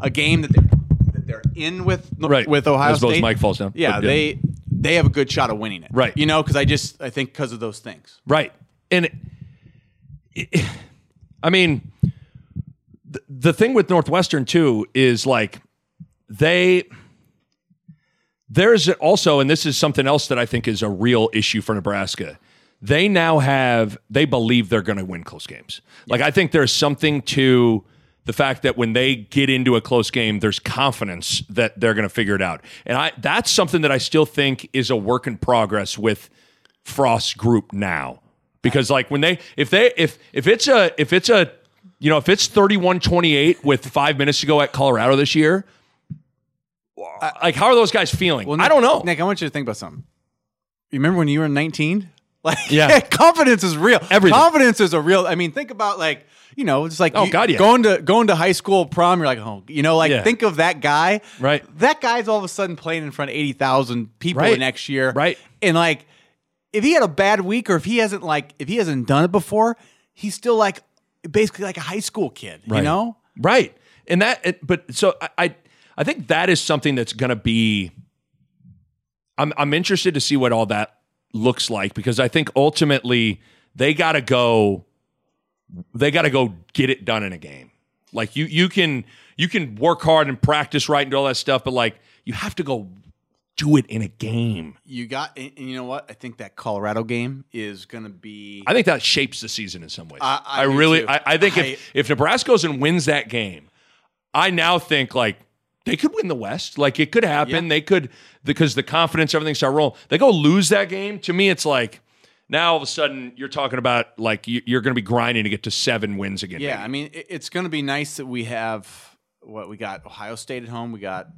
a game that they're that they're in with
Right.
with Ohio
As opposed to
State,
Mike falls down.
Yeah,
But, yeah.
they they have a good shot of winning it.
Right.
You know, because I just I think because of those things.
right. And it, it- I mean, the, the thing with Northwestern too is like they there's also, and this is something else that I think is a real issue for Nebraska. They now have they believe they're going to win close games. Like I think there's something to the fact that when they get into a close game, there's confidence that they're going to figure it out. And I that's something that I still think is a work in progress with Frost's group now. Because like when they if they if if it's a if it's a you know if it's 31-28 with 5 minutes to go at Colorado this year, like how are those guys feeling? I
Nick-
don't know.
Nick, I want you to think about something. You remember when you were 19? Like,
Yeah.
confidence is real.
Everything.
Confidence is a real. I mean, think about like you know, it's like
Oh,
you-
God, yeah.
going to going to high school prom. You're like, oh, you know, like
Yeah.
think of that guy.
Right.
That guy's all of a sudden playing in front of eighty thousand people
Right.
next year.
Right.
And like, if he had a bad week or if he hasn't like if he hasn't done it before, he's still like basically like a high school kid. You
Right.
know.
Right. And that, it, but so I, I, I think that is something that's going to be. I'm I'm interested to see what all that looks like because I think ultimately they got to go. They got to go get it done in a game. Like you, you can you can work hard and practice right and do all that stuff, but like you have to go do it in a game.
You got, and and you know what? I think that Colorado game is going to be.
I think that shapes the season in some ways.
I- I do
really,
too.
I, I think
I-
if, if Nebraska goes and wins that game, I now think like they could win the West. Like it could happen. They could because the confidence, everything start rolling. They go lose that game. To me, it's like now all of a sudden you're talking about like you- you're going to be grinding to get to seven wins again.
Yeah,
maybe.
I mean, it, it's going to be nice that we have what we got: Ohio State at home, we got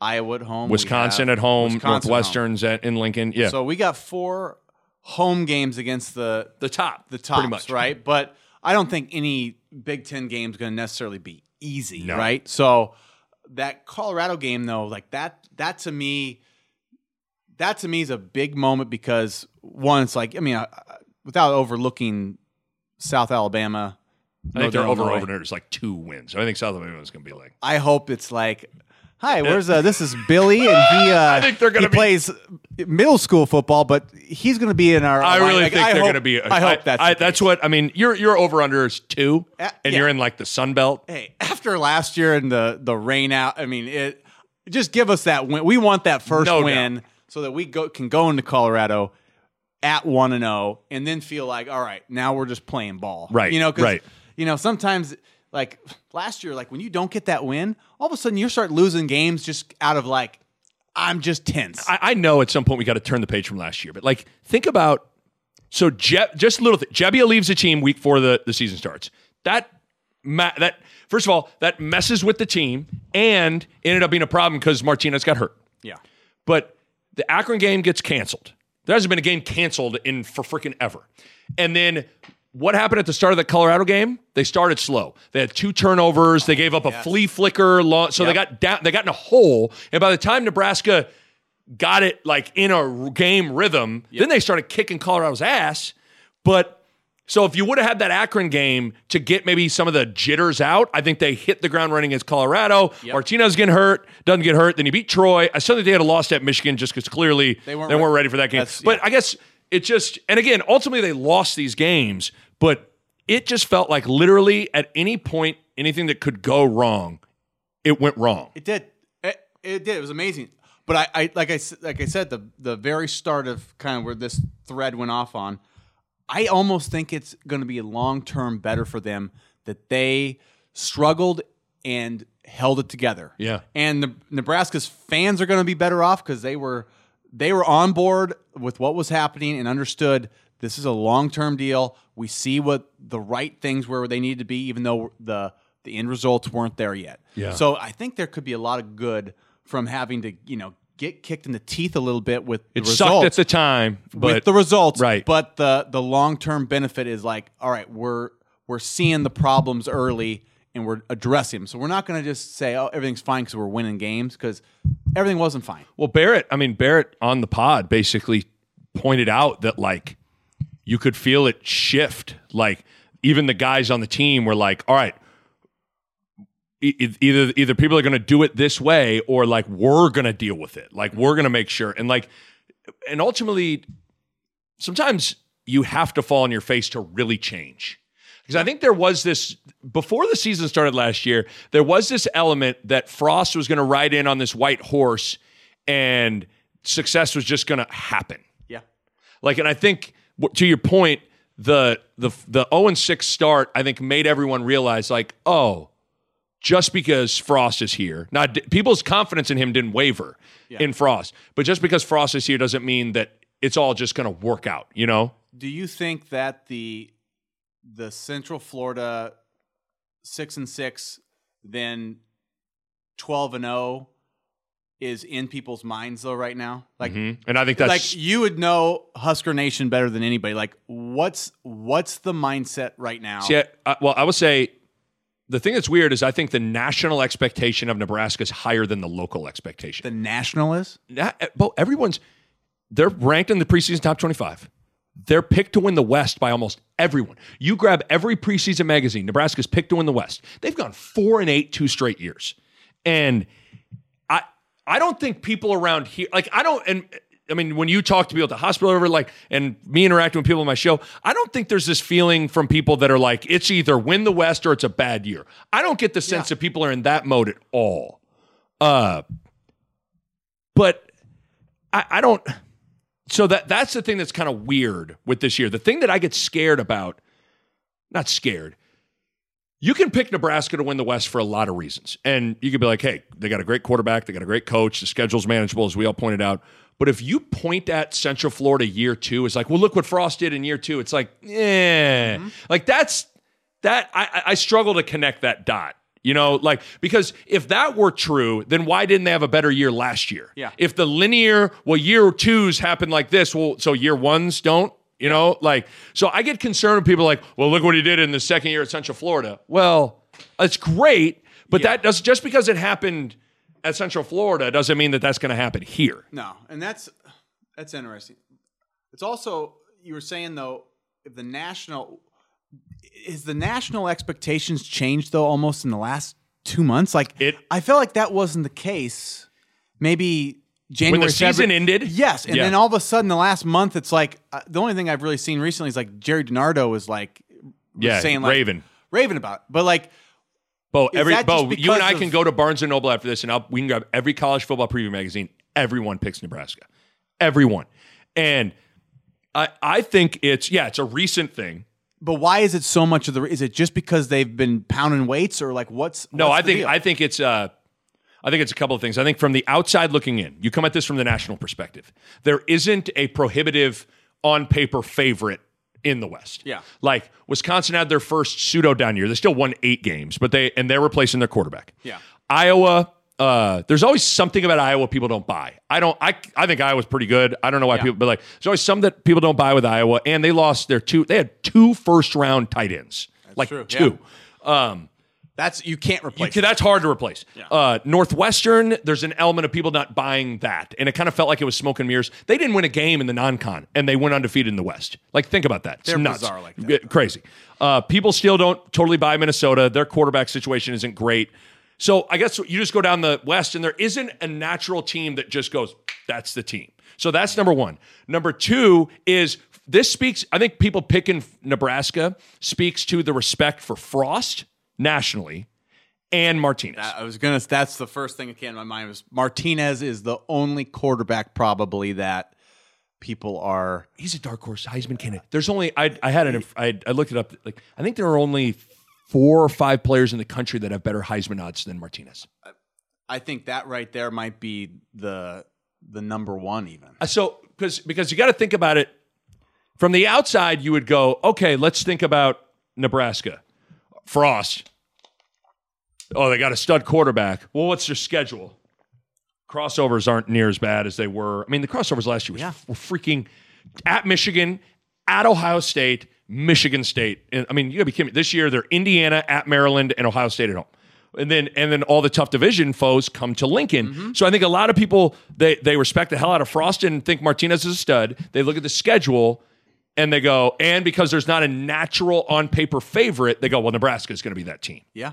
Iowa at home, we
Wisconsin
have
at home,
Wisconsin at
Northwestern's at, in Lincoln. Yeah,
home. So we got four home games against the
the top,
the tops,
pretty much.
right? But I don't think any Big Ten game's going to necessarily be easy,
No.
right? So that Colorado game, though, like that, that to me, that to me is a big moment because one, it's like I mean, I, I- without overlooking South Alabama,
I think
Northern
they're over
Illinois,
over there. It's like two wins. I think South Alabama is going to be like.
I hope it's like, hi, where's uh, this is Billy, and he uh,
I think they're gonna
he
be-
plays middle school football, but he's going to be in our.
I really
like,
think
I
they're
hope-
going to be.
I hope that's
I,
the
that's
case.
what I mean. You're you're over under is two,
Uh,
and
yeah.
you're in like the Sun Belt.
Hey, after last year and the the rain out, I mean, it just give us that win. We want that first
No
win so that we go can go into Colorado at one and zero, and then feel like, all right, now we're just playing ball,
Right,
You know, 'cause,
right.
You know, sometimes like last year, like when you don't get that win, all of a sudden you start losing games just out of like, I'm just tense.
I, I know at some point we got to turn the page from last year, but like think about so Je- just a little thing. Jebbia leaves the team week four the the season starts. That ma- that first of all that messes with the team and ended up being a problem because Martinez got hurt.
yeah,
But the Akron game gets canceled. There hasn't been a game canceled in for freaking ever. And then what happened at the start of the Colorado game? They started slow. They had two turnovers. They gave up a flea flicker. Long, so they got down. They got in a hole. And by the time Nebraska got it like in a r- game rhythm, then they started kicking Colorado's ass. But so if you would have had that Akron game to get maybe some of the jitters out, I think they hit the ground running against Colorado. Martinez getting hurt, doesn't get hurt. Then you beat Troy. I still think they had a loss at Michigan just because clearly they weren't,
weren't
they weren't
re-
ready for that game.
That's-
But I guess it just and again, ultimately they lost these games, but it just felt like literally at any point anything that could go wrong, it went wrong.
It did. It, it did. It was amazing. But I, I like I s- like I said the the very start of kind of where this thread went off on. I almost think it's going to be long term better for them that they struggled and held it together.
Yeah.
And the, Nebraska's fans are going to be better off because they were they were on board with what was happening and understood this is a long term deal. We see what the right things were where they needed to be, even though the the end results weren't there yet.
Yeah.
So I think there could be a lot of good from having to you know get kicked in the teeth a little bit with
It
the results
sucked at the time, but
with the results,
Right.
But the the long term benefit is like, all right, we're we're seeing the problems early and we're addressing them. So we're not going to just say, oh, everything's fine because we're winning games because everything wasn't fine.
Well, Barrett, I mean, Barrett on the pod basically pointed out that like you could feel it shift. Like even the guys on the team were like, all right, e- e- either either people are going to do it this way or like we're going to deal with it. Like we're going to make sure. And like and ultimately sometimes you have to fall on your face to really change. Because I think there was this before the season started last year, there was this element that Frost was going to ride in on this white horse and success was just going to happen.
Yeah,
Like, and I think w- to your point, the the the zero and six start I think made everyone realize like, oh, just because Frost is here, now d- people's confidence in him didn't waver in Frost, but just because Frost is here doesn't mean that it's all just going to work out. You know,
do you think that the the Central Florida six and six, then twelve and zero, oh is in people's minds though right now? Like
Mhm. And I think that's
like you would know Husker Nation better than anybody. Like what's what's the mindset right now?
See, I, I- uh, well, I would say the thing that's weird is I think the national expectation of Nebraska is higher than the local
The
expectation.
national is?
That- but eh, everyone's they're ranked in the preseason top twenty-five. They're picked to win the West by almost everyone. You grab every preseason magazine, Nebraska's picked to win the West. They've gone four and eight two straight years, and I I don't think people around here like I don't and I mean when you talk to people at the hospital or whatever, like and me interacting with people on my show, I don't think there's this feeling from people that are like it's either win the West or it's a bad year. I don't get the sense that people are in that mode at all. Uh but I, I don't so that that's the thing that's kind of weird with this year. The thing that I get scared about, not scared, you can pick Nebraska to win the West for a lot of reasons. And you could be like, hey, they got a great quarterback, they got a great coach, the schedule's manageable, as we all pointed out. But if you point at Central Florida year two, it's like, well, look what Frost did in year two. It's like, yeah. Like that's that I, I- I struggle to connect that dot. You know, like because if that were true, then why didn't they have a better year last year?
Yeah.
If the linear, well, year twos happen like this, well, so year ones don't. You know, like so I get concerned when people are like, well, look what he did in the second year at Central Florida. Well, it's great, but that does just because it happened at Central Florida doesn't mean that that's going to happen here.
No, and that's that's interesting. It's also you were saying though, if the national is the national expectations changed though almost in the last two months. Like
It-
I felt like that wasn't the case. Maybe January
season
February-
ended?
Yes, and
Yeah.
then all of a sudden the last month, it's like uh, the only thing I've really seen recently is like Jerry Donardo was like
Yeah,
saying like
Raven.
Raven about, it. but like
Bo, every
that
Bo,
just
you and I
because of-
can go to Barnes and Noble after this, and I'll, we can grab every college football preview magazine. Everyone picks Nebraska, everyone, and I I think it's yeah, it's a recent thing.
But why is it so much of the? Is it just because they've been pounding weights, or like what's?
No,
what's
I
the
think
deal?
I think it's uh, I think it's a couple of things. I think from the outside looking in, you come at this from the national perspective. There isn't a prohibitive on paper favorite in the West.
Yeah.
like Wisconsin had their first pseudo down year. They still won eight games, but they and they're replacing their quarterback.
Yeah.
Iowa. Uh, there's always something about Iowa people don't buy. I don't. I I think Iowa's pretty good. I don't know why people, but like, there's always some that people don't buy with Iowa, and they lost their two. They had two first round tight ends, like
true, yeah.
two.
that's you can't
You
replace.
can- that's hard to replace. Uh, Northwestern, there's an element of people not buying that, and it kind of felt like it was smoke and mirrors. They didn't win a game in the non-con, and they went undefeated in the West. Like, think about that. It's
They're
nuts.
bizarre like that,
G- Crazy. Uh, people still don't totally buy Minnesota. Their quarterback situation isn't great. So I guess you just go down the West, and there isn't a natural team that just goes, "That's the team." So that's number one. Number two is this speaks. I think people picking Nebraska speaks to the respect for Frost nationally and Martinez.
I was gonna. That's the first thing that came to my mind was Martinez is the only quarterback probably that people are.
He's a dark horse Heisman candidate. There's only I I had an I, I looked it up. Like I think there are only four or five players in the country that have better Heisman odds than Martinez.
I think that right there might be the the number one even.
Uh, So because because you got to think about it from the outside, you would go, okay, let's think about Nebraska, Frost. Oh, they got a stud quarterback. Well, what's their schedule? Crossovers aren't near as bad as they were. I mean, the crossovers last year was, were freaking at Michigan, at Ohio State, Michigan State. And, I mean, you gotta be kidding me. This year they're Indiana, at Maryland, and Ohio State at home. And then and then all the tough division foes come to Lincoln. So I think a lot of people they they respect the hell out of Frost and think Martinez is a stud. They look at the schedule and they go, and because there's not a natural on paper favorite, they go, well, Nebraska is going to be that team.
Yeah.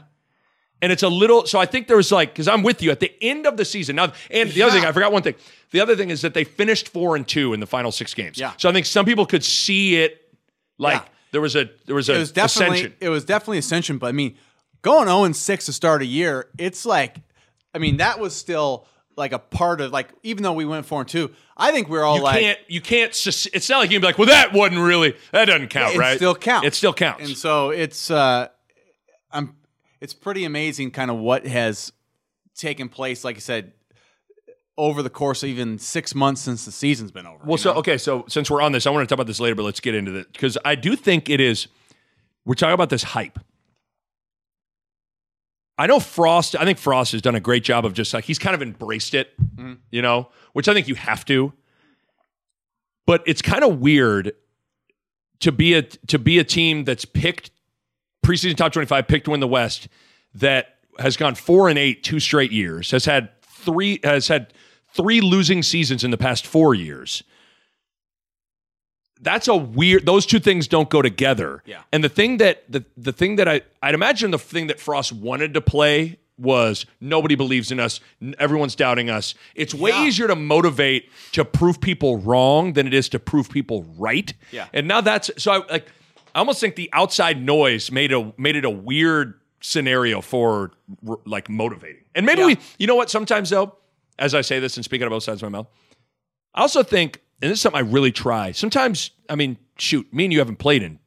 And it's a little, so I think there was like, because I'm with you at the end of the season. Now, and the other
Yeah.
thing, I forgot one thing. The other thing is that they finished four and two in the final six games.
Yeah.
So I think some people could see it like
Yeah.
there was a, there was a
It was definitely
ascension.
it was definitely ascension, but I mean, going 0 and 6 to start a year, it's like I mean, that was still like a part of like even though we went 4 and 2, I think we are all
You
like
can't, you can't, sus- it's not like you can be like, well, that wasn't really, that doesn't count,
it
right?
still counts.
It still counts.
And so it's uh I'm it's pretty amazing kind of what has taken place, like I said, over the course of even six months since the season's been over.
Well, so okay, so since we're on this, I want to talk about this later, but let's get into it because I do think it is. We're talking about this hype. I I know Frost. I think Frost has done a great job of just like he's kind of embraced it, you know, which I think you have to. But it's kind of weird to be a to be a team that's picked preseason top twenty five, picked to win the West, that has gone four and eight two straight years, has had three has had three losing seasons in the past four years. That's a weird. Those two things don't go together.
Yeah.
And the thing that the the thing that I I'd imagine the thing that Frost wanted to play was nobody believes in us. n- Everyone's doubting us. It's way
Yeah.
easier to motivate to prove people wrong than it is to prove people right.
Yeah.
And now that's so I like I almost think the outside noise made a made it a weird scenario for r- like motivating. And maybe
Yeah.
we you know what sometimes though as I say this and speaking out of both sides of my mouth I also think and this is something I really try. Sometimes I mean shoot me and you haven't played in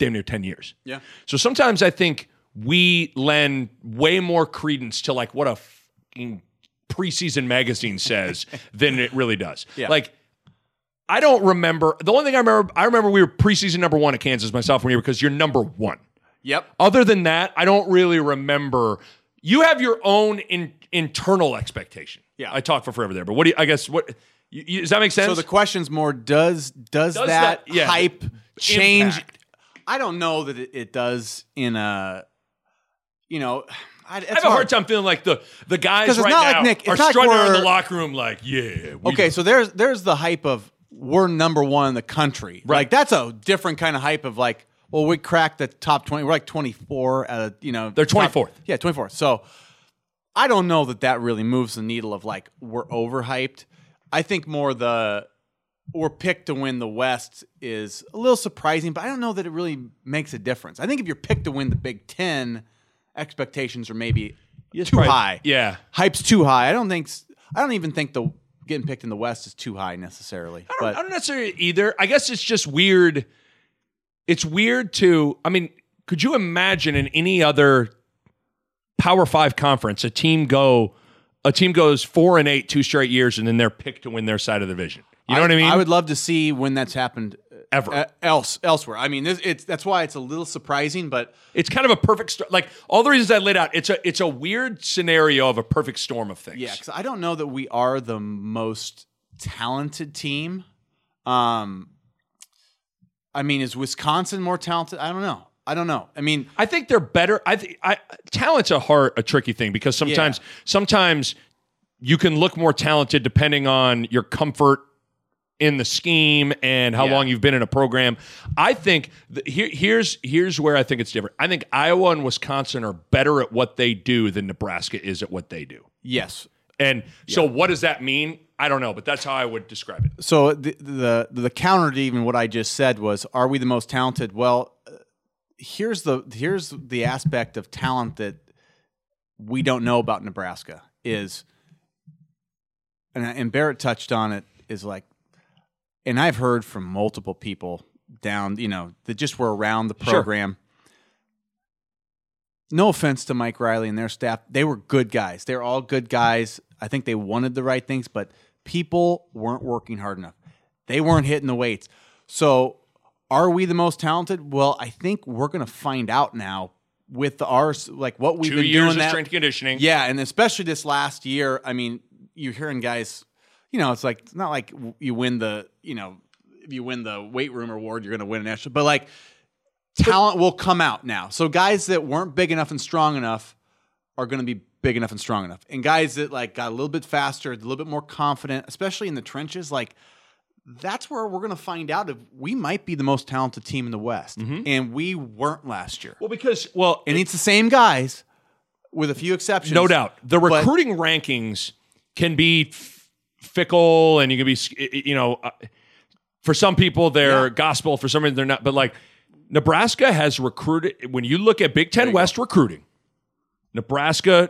damn near 10 years.
Yeah.
So sometimes I think we lend way more credence to like what a fucking preseason magazine says than it really does.
Yeah.
Like I don't remember the only thing I remember I remember we were preseason number one at Kansas my sophomore year because you're number one.
Yep.
Other than that, I don't really remember. You have your own in, internal expectation.
Yeah.
I talk for forever there, but what do you, I guess what you, you- does that make sense?
So the question's more does does,
Does
that,
that- yeah.
hype change?
Impact.
I don't know that it, it does in a you know. I,
I have a hard time feeling like the the guys
'Cause it's
right
not
now
like Nick- it's
are
not like
strutting around the
we're-
locker room like, yeah, we
Okay, so there's there's the hype of we're number one in the country.
Right.
Like that's a different kind of hype of like, well, we cracked the top twenty. We're like twenty four out of you know
They're
top-
24th.
Yeah, twenty fourth. So I don't know that that really moves the needle of like we're overhyped. I think more the we're picked to win the West is a little surprising, but I don't know that it really makes a difference. I think if you're picked to win the Big Ten, expectations are maybe too
probably-
high
Yeah.
hype's too high. I don't think I don't even think the getting picked in the West is too high necessarily.
I don't,
But
I don't necessarily either. I guess it's just weird. It's weird to. I mean, could you imagine in any other Power Five conference a team go a team goes four and eight two straight years and then they're picked to win their side of the division? You know what I mean?
I would love to see when that's happened uh,
Ever.
uh, else elsewhere. I mean, this, it's that's why it's a little surprising, but
it's kind of a perfect st- like all the reasons I laid out. It's a it's a weird scenario of a perfect storm of things.
yeah, 'cause I don't know that we are the most talented team. Um, I mean, is Wisconsin more talented? I don't know. I don't know. I mean,
I think they're better. I think I talent's a hard a tricky thing because sometimes sometimes you can look more talented depending on your comfort in the scheme and how
Yeah.
long you've been in a program. I think th- here here's here's where I think it's different. I think Iowa and Wisconsin are better at what they do than Nebraska is at what they do.
yes.
And so what does that mean? I don't know, but that's how I would describe it.
So the, the the counter to even what I just said was, are we the most talented? Well, uh, here's the here's the aspect of talent that we don't know about Nebraska is, and and Barrett touched on it is like, and I've heard from multiple people down you know that just were around the
Sure.
program. No offense to Mike Riley and their staff, they were good guys. They're all good guys. I think they wanted the right things, but people weren't working hard enough. They weren't hitting the weights. So, are we the most talented? Well, I think we're going to find out now with our s- like what we've
Two
been
years
doing
of
that.
strength and conditioning.
Yeah, and especially this last year, I mean, you're hearing guys, you know, it's like it's not like you win the, you know, if you win the weight room award, you're going to win an extra, but like talent will come out now. So guys that weren't big enough and strong enough are going to be big enough and strong enough. And guys that like got a little bit faster, a little bit more confident, especially in the trenches, like that's where we're going to find out if we might be the most talented team in the West. And we weren't last year.
Mm-hmm. Well, because well,
And it's the same guys with a few exceptions.
No doubt. The
But-
recruiting rankings can be f- fickle and you can be, s- i- i- you know, uh, for some people they're
Yeah.
gospel, for some reason they're not. But like Nebraska has recruited, when you look at Big Ten West recruiting, Nebraska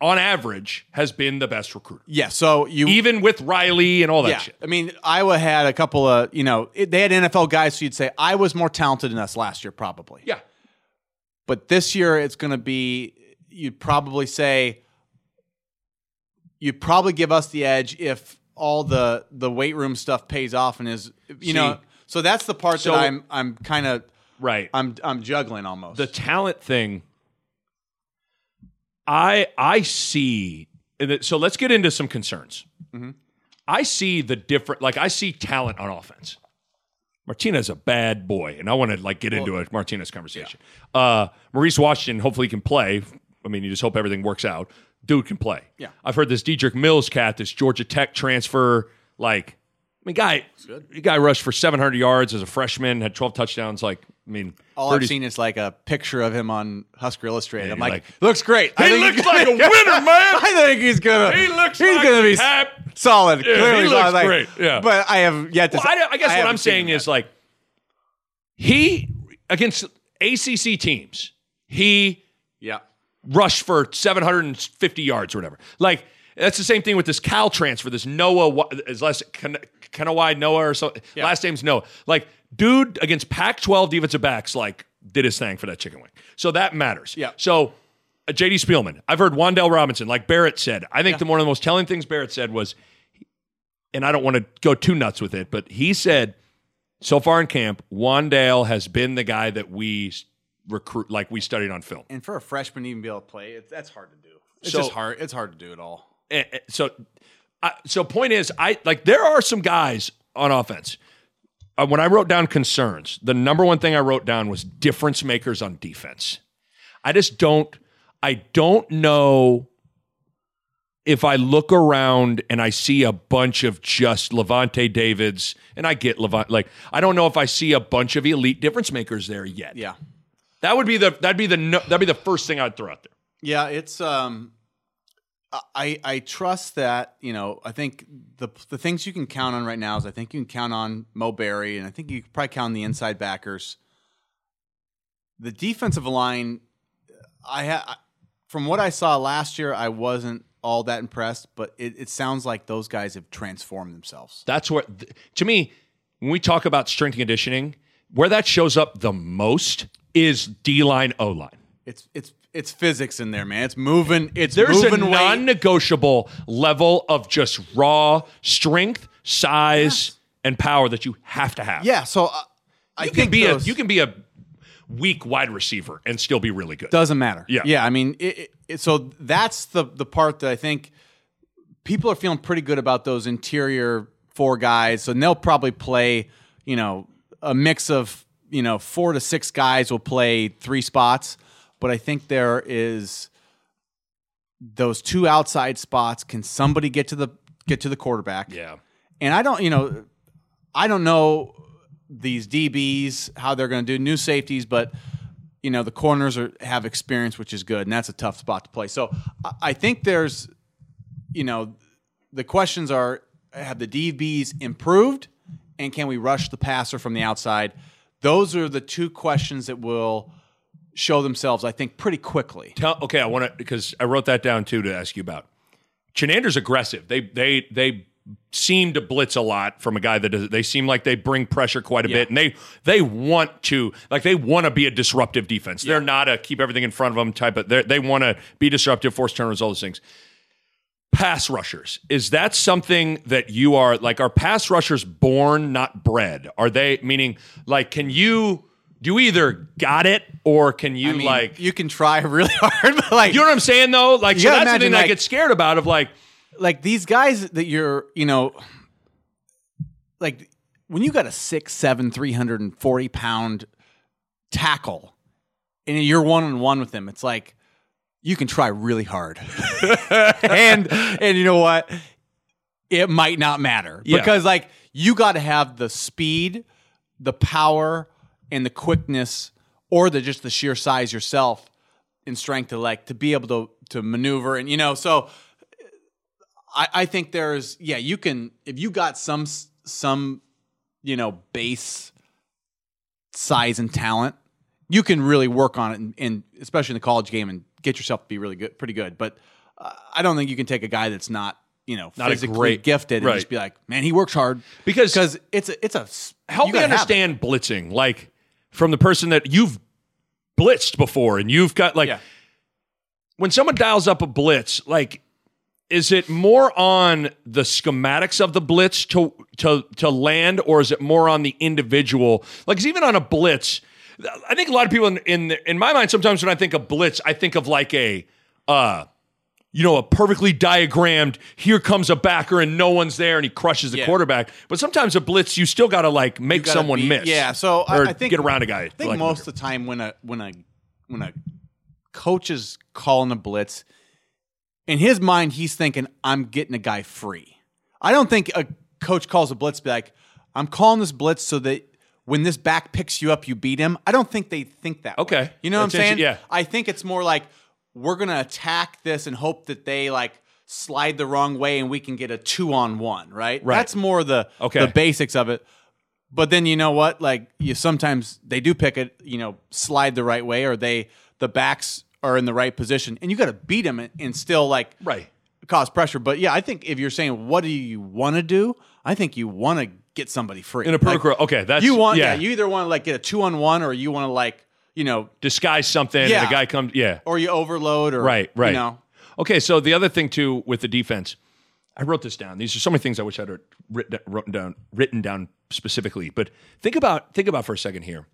on average has been the best recruiter,
Yeah, so you
even with Riley and all that
yeah.
shit.
I mean, Iowa had a couple of, you know, it, they had NFL guys so you'd say I was more talented than us last year probably.
Yeah.
But this year it's going to be you'd probably say you'd probably give us the edge if all the the weight room stuff pays off and is you know. So that's the part
So-
that I'm I'm kind of
Right.
I'm I'm juggling almost.
the talent thing I I see. and it- So let's get into some concerns.
Mm-hmm.
I see the different. Like I see talent on offense. Martinez a bad boy, and I want to like get into a Martinez conversation. Uh, Maurice Washington hopefully can play. I mean, you just hope everything works out. Dude can play.
Yeah.
I've heard this Dedrick Mills cat, this Georgia Tech transfer. Like, I mean, guy, the guy rushed for 700 yards as a freshman, had 12 touchdowns. Like, I mean,
All
Purdy's-
I've seen is like a picture of him on Husker Illustrated. I'm
you're
like,
like,
looks great.
He looks like a winner, man.
I think he's gonna.
He looks
He's
like
gonna be
hap-
solid.
he
Clearly,
looks
solid. Like,
great, yeah.
But I have yet to.
Well, I, I guess what
haven't
I'm
seen
saying
him
is like he against ACC teams, he
yet.
rushed for 750 yards or whatever. Like that's the same thing with this Cal transfer, this Noah Wa- is less Kenawai Noah or something. Last name's Noah. Like dude against Pac-12 defensive backs, like did his thing for that chicken wing. So that matters.
Yeah.
So. uh, JD Spielman. I've heard Wandell Robinson, like Barrett said. I think the one of the most telling things Barrett said was and I don't want to go too nuts with it, but he said so far in camp, Wandale has been the guy that we s- recruit, like we studied on film.
and for a freshman to even be able to play, it, that's hard to do. It's
So-
just hard. It's hard to do at all.
Eh, eh, So, I, so point is, I like there are some guys on offense. Uh, when I wrote down concerns, the number one thing I wrote down was difference makers on defense. I just don't, I don't know if I look around and I see a bunch of just Levante Davids, and I get Levante, like I don't know if I see a bunch of elite difference makers there yet.
Yeah,
That would be the that'd be the no, that'd be the first thing I'd throw out there.
yeah. It's um, I I trust that you know. I think the the things you can count on right now is I think you can count on Mo Berry, and I think you can probably count on the inside backers. The defensive line, I ha- from what I saw last year, I wasn't all that impressed, but it, it sounds like those guys have transformed themselves.
That's where, th- to me, when we talk about strength and conditioning, where that shows up the most is D line, O line.
It's it's it's physics in there, man. It's moving. It's
There's a
moving weight.
non negotiable level of just raw strength, size, and power that you have to have.
Yeah, so uh, I
You can
think
be
those-
a you can be a weak wide receiver and still be really good.
doesn't matter.
Yeah.
yeah. I mean, it, it- it, so that's the the part that I think people are feeling pretty good about those interior four guys. So they'll probably play, you know, a mix of you know four to six guys will play three spots, but I think there is those two outside spots. Can somebody get to the get to the quarterback?
yeah.
and I don't, you know, I don't know these DBs how they're going to do new safeties, but you know the corners are have experience, which is good, and that's a tough spot to play. So I, I think there's, you know, the questions are: Have the DBs improved, and can we rush the passer from the outside? Those are the two questions that will show themselves, I think, pretty quickly.
Tell, okay, I want to because I wrote that down too to ask you about. Chenander's aggressive. They they they seem to blitz a lot from a guy that does, they seem like they bring pressure quite a bit, and they they want to like they want to be a disruptive defense. They're not a keep everything in front of them type of. they're- They want to be disruptive, force turnovers, all those things. Pass rushers is that something that you are like? Are pass rushers born, not bred? Are they meaning like can you? Do you either got it or can you
I mean,
like
you can try really hard, but like
you know what I'm saying though? Like, so that's
gotta
the
imagine,
thing that I
like-
get scared about. Of like,
like these guys that you're, you know, like when you got a six, seven, 340 pound tackle and you're one on one with them, it's like you can try really hard. and, and you know what? It might not matter
Yeah.
because, like, you got to have the speed, the power, and the quickness, or the just the sheer size yourself and strength to like to be able to to maneuver and you know so I, I think there's yeah you can if you got some s- some you know base size and talent you can really work on it and, and especially in the college game and get yourself to be really good pretty good but uh, I don't think you can take a guy that's not you know
Not a
physically
great-
gifted and
right.
just be like man he works hard
Because-
because it's a, it's a s-
help
you
me
gotta have it.
understand blitzing. Like, from the person that you've blitzed before, and you've got like,
Yeah.
when someone dials up a blitz, like, is it more on the schematics of the blitz to to to land, or is it more on the individual? Like, 'cause even on a blitz, I think a lot of people in in, in my mind sometimes when I think of blitz, I think of like a uh, you know, a perfectly diagrammed, here comes a backer and no one's there and he crushes the
Yeah.
quarterback. But sometimes a blitz, you still got to like make
gotta
someone
beat-
miss.
yeah, so I-
or
I think-
get around a guy.
I think
like-
most of the time when a when a when a coach is calling a blitz, in his mind he's thinking, "I'm getting a guy free." I don't think a coach calls a blitz be like, "I'm calling this blitz so that when this back picks you up, you beat him." I don't think they think that. way.
Okay.
you know what I'm
That's
saying?
inter- yeah.
I think it's more like we're gonna attack this and hope that they like slide the wrong way and we can get a two on one. Right.
Right.
That's more the
Okay.
the basics of it. But then you know what? Like you sometimes they do pick it, you know, slide the right way, or they the backs are in the right position, and you got to beat them and, and still like
Right.
cause pressure. But yeah, I think if you're saying what do you want to do, I think you want to get somebody free
In a
Like,
perfect row. Okay. That's
you want yeah.
yeah.
you either want to like get a two on one, or you want to like you know,
disguise something
Yeah.
and the guy comes. Yeah.
or you overload, or
Right, right.
you know,
Okay, so the other thing too with the defense, I wrote this down. These are so many things I wish I'd written, written down, written down specifically. But think about think about for a second here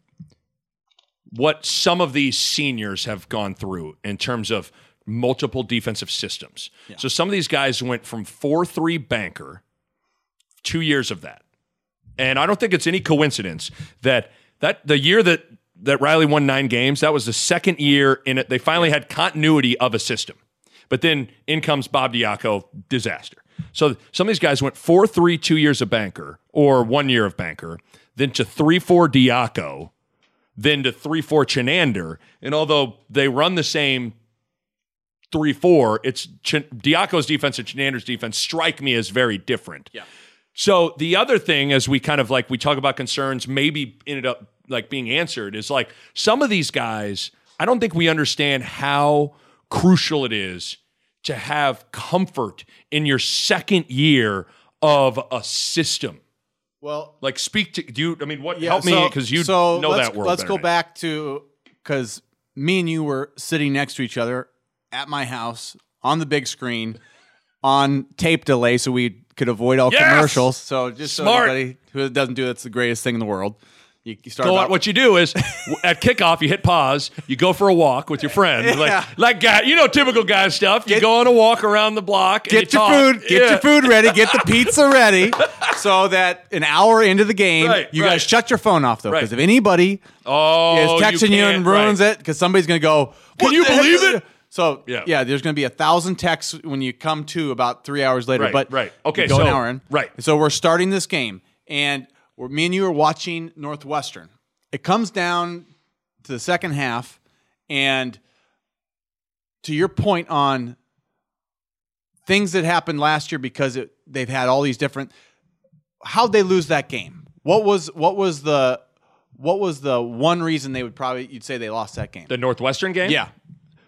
what some of these seniors have gone through in terms of multiple defensive systems. So some of these guys went from four three banker, two years of that, and I don't think it's any coincidence that that the year that that Riley won nine games, that was the second year in it. They finally had continuity of a system. But then in comes Bob Diaco, disaster. So some of these guys went 4 3, two years of banker, or one year of banker, then to 3 4 Diaco, then to 3 4 Chenander. And although they run the same 3 4, it's Ch- Diaco's defense and Chenander's defense strike me as very different. Yeah. So the other thing, as we kind of like we talk about concerns, maybe ended up like being answered is like some of these guys. I don't think we understand how crucial it is to have comfort in your second year of a system.
well,
Like, speak to do you. I mean, what
Yeah,
help me
so-
because you
so
know
let's,
that world.
Let's
better
go
than I
back to because me and you were sitting next to each other at my house on the big screen on tape delay, so we could avoid all
Yes!
commercials. So just
Smart.
so everybody who doesn't do that's the greatest thing in the world. You, you start
So
about-
what, what you do is w- at kickoff you hit pause, you go for a walk with your friend,
Yeah.
like like guy, you know typical guy stuff. You go on a walk around the block, and
get
you
your
talk.
food, get
Yeah.
your food ready, get the pizza ready, so that an hour into the game,
Right,
you
right.
guys shut your phone off though, because
Right.
if anybody is
Oh,
texting you, and
can't-
ruins
right.
it because somebody's going to go. "What
you
the heck
believe
is-"
it?
So
Yeah.
yeah, there's going to be a thousand texts when you come to about three hours later.
Right,
but
right. Okay,
you go an
so-
hour in.
right.
So we're starting this game, and we're, me and you are watching Northwestern. It comes down to the second half, and to your point on things that happened last year because it, they've had all these different how'd they lose that game what was what was the what was the one reason they would probably you'd say they lost that game
The Northwestern game?
yeah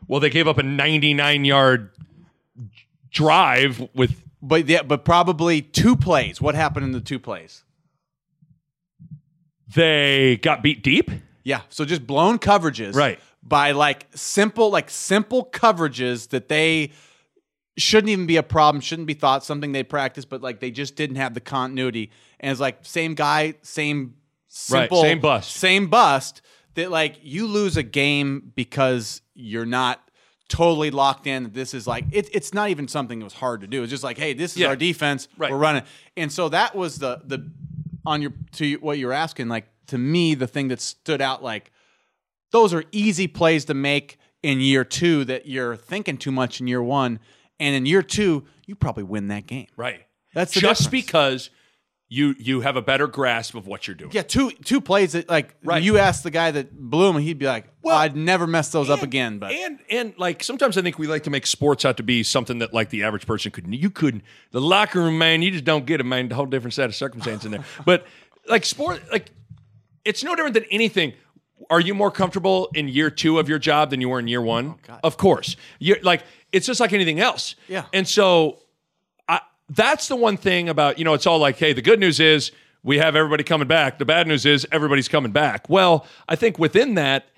Well, they gave up a 99 yard drive with
but yeah but probably two plays what happened in the two plays
they got beat deep.
yeah so just blown coverages
Right.
by like simple like simple coverages that they shouldn't even be a problem shouldn't be thought something they practiced but like they just didn't have the continuity and it's like same guy same
Right,
simple
same bust.
same bust that like you lose a game because you're not totally locked in that this is like it, it's not even something that was hard to do it's just like hey this is
Yeah.
our defense
Right.
we're running and so that was the the on your to what you're asking like to me the thing that stood out like those are easy plays to make in year two that you're thinking too much in year one. And in year two, you probably win that game.
Right.
That's the
just
difference.
because you you have a better grasp of what you're doing.
Yeah, two two plays that like
Right.
you ask the guy that blew him, he'd be like, "Well, I'd never mess those up
And-
again." But
and and like sometimes I think we like to make sports out to be something that like the average person could you couldn't the locker room man you just don't get it man the whole different set of circumstances in there but like sport like it's no different than anything. Are you more comfortable in year two of your job than you were in year
Oh,
one? of course. You're like it's just like anything else.
Yeah.
And so I, that's the one thing about you know it's all like hey the good news is we have everybody coming back the bad news is everybody's coming back well i think within that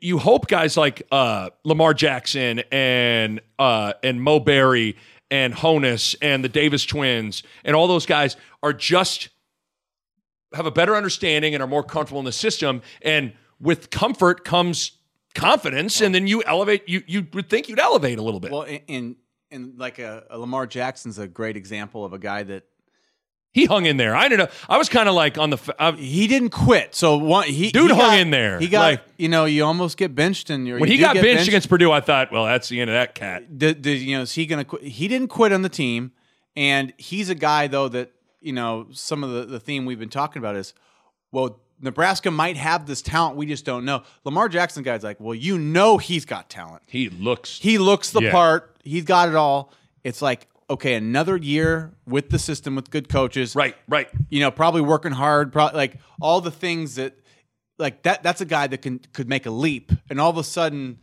you hope guys like uh, lamar jackson and uh, and mo berry and honus and the davis twins and all those guys are just have a better understanding and are more comfortable in the system and with comfort comes confidence, and then you elevate. You you would think you'd elevate a little bit.
Well, in, in and like a, a Lamar Jackson's a great example of a guy that
he hung in there. I don't know. I was kind of like on the. f- I,
he didn't quit. So one he
Dude
he
hung
got-
in there,
He got
like-
you know you almost get benched and you're
when
you
he
do
got
get
benched, against Purdue, I thought, well, that's the end of that cat.
did, did- you know is he gonna quit? He didn't quit on the team, and he's a guy though that you know some of the the theme we've been talking about is well Nebraska might have this talent we just don't know. Lamar Jackson guy's like well you know he's got talent.
He looks.
He looks the
Yeah.
part. He's got it all. It's like okay another year with the system with good coaches
Right, right.
you know, probably working hard, probably like all the things that like that that's a guy that can could make a leap and all of a sudden,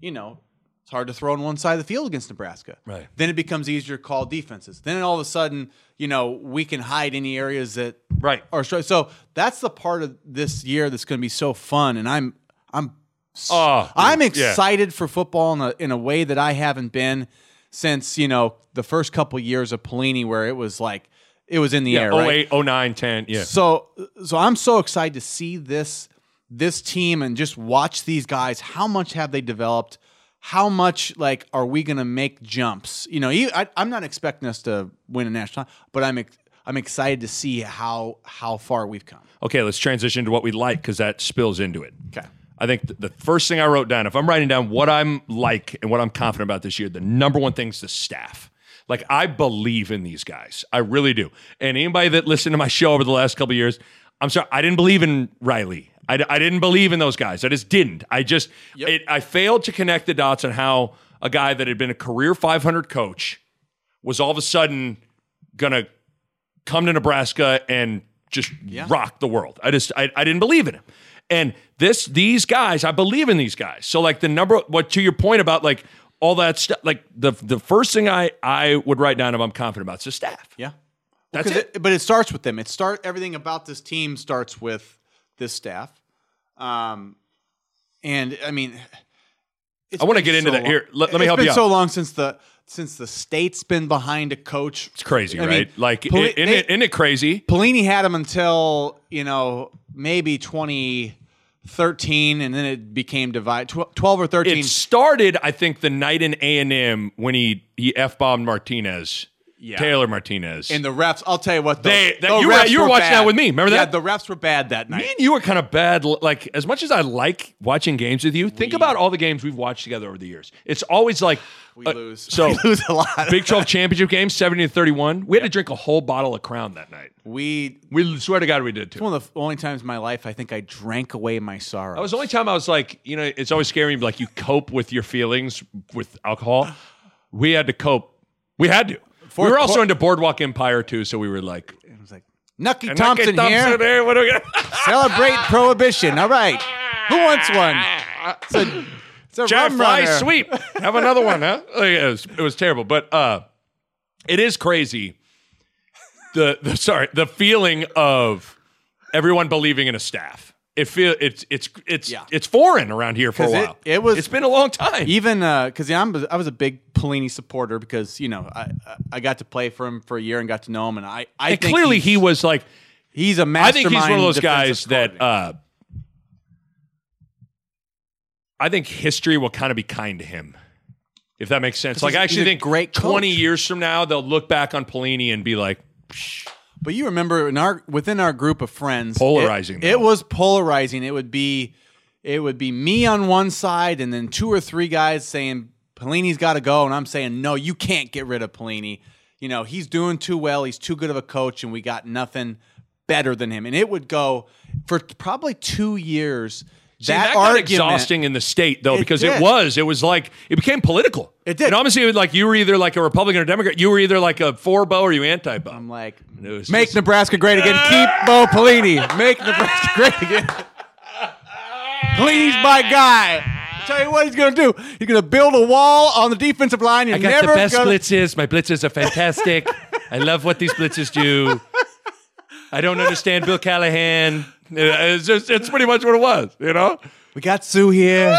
you know, it's hard to throw on one side of the field against Nebraska.
Right.
Then it becomes easier to call defenses. Then all of a sudden, you know, we can hide any areas that
Right.
are str- so that's the part of this year that's going to be so fun and I'm I'm s-
Oh,
I'm
yeah.
excited for football in a, in a way that I haven't been since, you know, the first couple years of Pelini where it was like it was in the
Yeah,
air,
oh
right?
eight, oh nine, ten. 08, 09, 10. Yeah.
So so I'm so excited to see this this team and just watch these guys. How much have they developed? How much like are we going to make jumps? You know, you, I, I'm not expecting us to win a national, title, but I'm ex- I'm excited to see how how far we've come.
Okay, let's transition to what we like because that spills into it.
Okay.
I think th- the first thing I wrote down, if I'm writing down what I'm like and what I'm confident about this year, the number one thing is the staff. Like I believe in these guys, I really do. And anybody that listened to my show over the last couple of years, I'm sorry, I didn't believe in Riley. I, d- I didn't believe in those guys. I just didn't. I just it, I failed to connect the dots on how a guy that had been a career 500 coach was all of a sudden gonna come to Nebraska and just rock the world. I just I, I didn't believe in him. And this these guys, I believe in these guys. So like the number what to your point about like all that stuff, like the the first thing I I would write down if I'm confident about is the staff.
Yeah.
That's
'Cause
it.
it- But it starts with them. It start everything about this team starts with this staff. Um, and I mean, it's
I wanna
been
get into that. Here, let- let me
it's
help
been
you out.
So long since the since the state's been behind a coach.
It's crazy,
I mean,
right? like
Poli-
isn't,
they-
it, isn't it crazy?
Pelini had him until you know maybe twenty thirteen, and then it became divide tw- twelve or thirteen.
It started, I think, the night in A and M when he he f bombed Martinez, Taylor Martinez,
and the refs, I'll tell you what, though,
They- that-
the
you were-
refs
you were watching that
bad.
with me. Remember
Yeah,
that?
the refs were bad that night.
Me and you are kind of bad. Like as much as I like watching games with you, think about all the games we've watched together over the years. It's always like
we
uh,
lose.
So
we lose a lot.
Big Twelve championship game, seventy to thirty-one. We had to drink a whole bottle of Crown that night.
we
We swear to God, we did
It's
too.
one of the only times in my life I think I drank away my sorrow.
That was the only time I was like, you know, it's always scary. Like you cope with your feelings with alcohol. We had to cope. We had to. we were also into Boardwalk Empire too, so we were like,
I was like, Nucky
"And I
Thompson,
get Thompson
here.
there, What do we got?
Celebrate
"Ah!"
prohibition. All right. Who wants one? It's a, it's a
Jeff
rum
Fly
runner.
sweep. Have another one, huh? Like, it, was, it was terrible, but uh, it is crazy. The, the sorry, the feeling of everyone believing in a staff. It feel it's it's it's
Yeah.
it's foreign around here for a
'Cause it-
while.
it was-
It's been a long time.
Even because yeah, I'm, I was a big Pelini supporter because you know I I- I got to play for him for a year and got to know him and I I
and
think
clearly,
he's,
he was like.
he's a
I
mastermind.
think he's one of those
defensive
guys that.
coordinator.
Uh, I think history will kind of be kind to him, if that makes sense. Like
he's-
I
he's
actually
a
think
great coach.
twenty years from now they'll look back on Pelini and be like,
But you remember in our within our group of friends,
Polarizing,
It,
though.
it was polarizing. It would be, it would be me on one side, and then two or three guys saying Pelini's got to go, and I'm saying no, you can't get rid of Pelini. You know he's doing too well. He's too good of a coach, and we got nothing better than him. And it would go for probably two years.
See, that, got exhausting in the state though
It
because
did.
it was it was like it became political.
It did.
And obviously, it was like you were either like a Republican or Democrat. You were either like a for Bo or you anti
I'm
Bo.
like,
It was
make
just-
Nebraska great again. Keep Bo Pelini. Make Nebraska great again. Please, my guy. I tell you what he's going to do. He's going to build a wall on the defensive line. You're
I got
never
the best
gonna,
blitzes. My blitzes are fantastic. I love what these blitzes do. I don't understand Bill Callahan. Uh, It's just it's pretty much what it was, you know.
We got Sue here.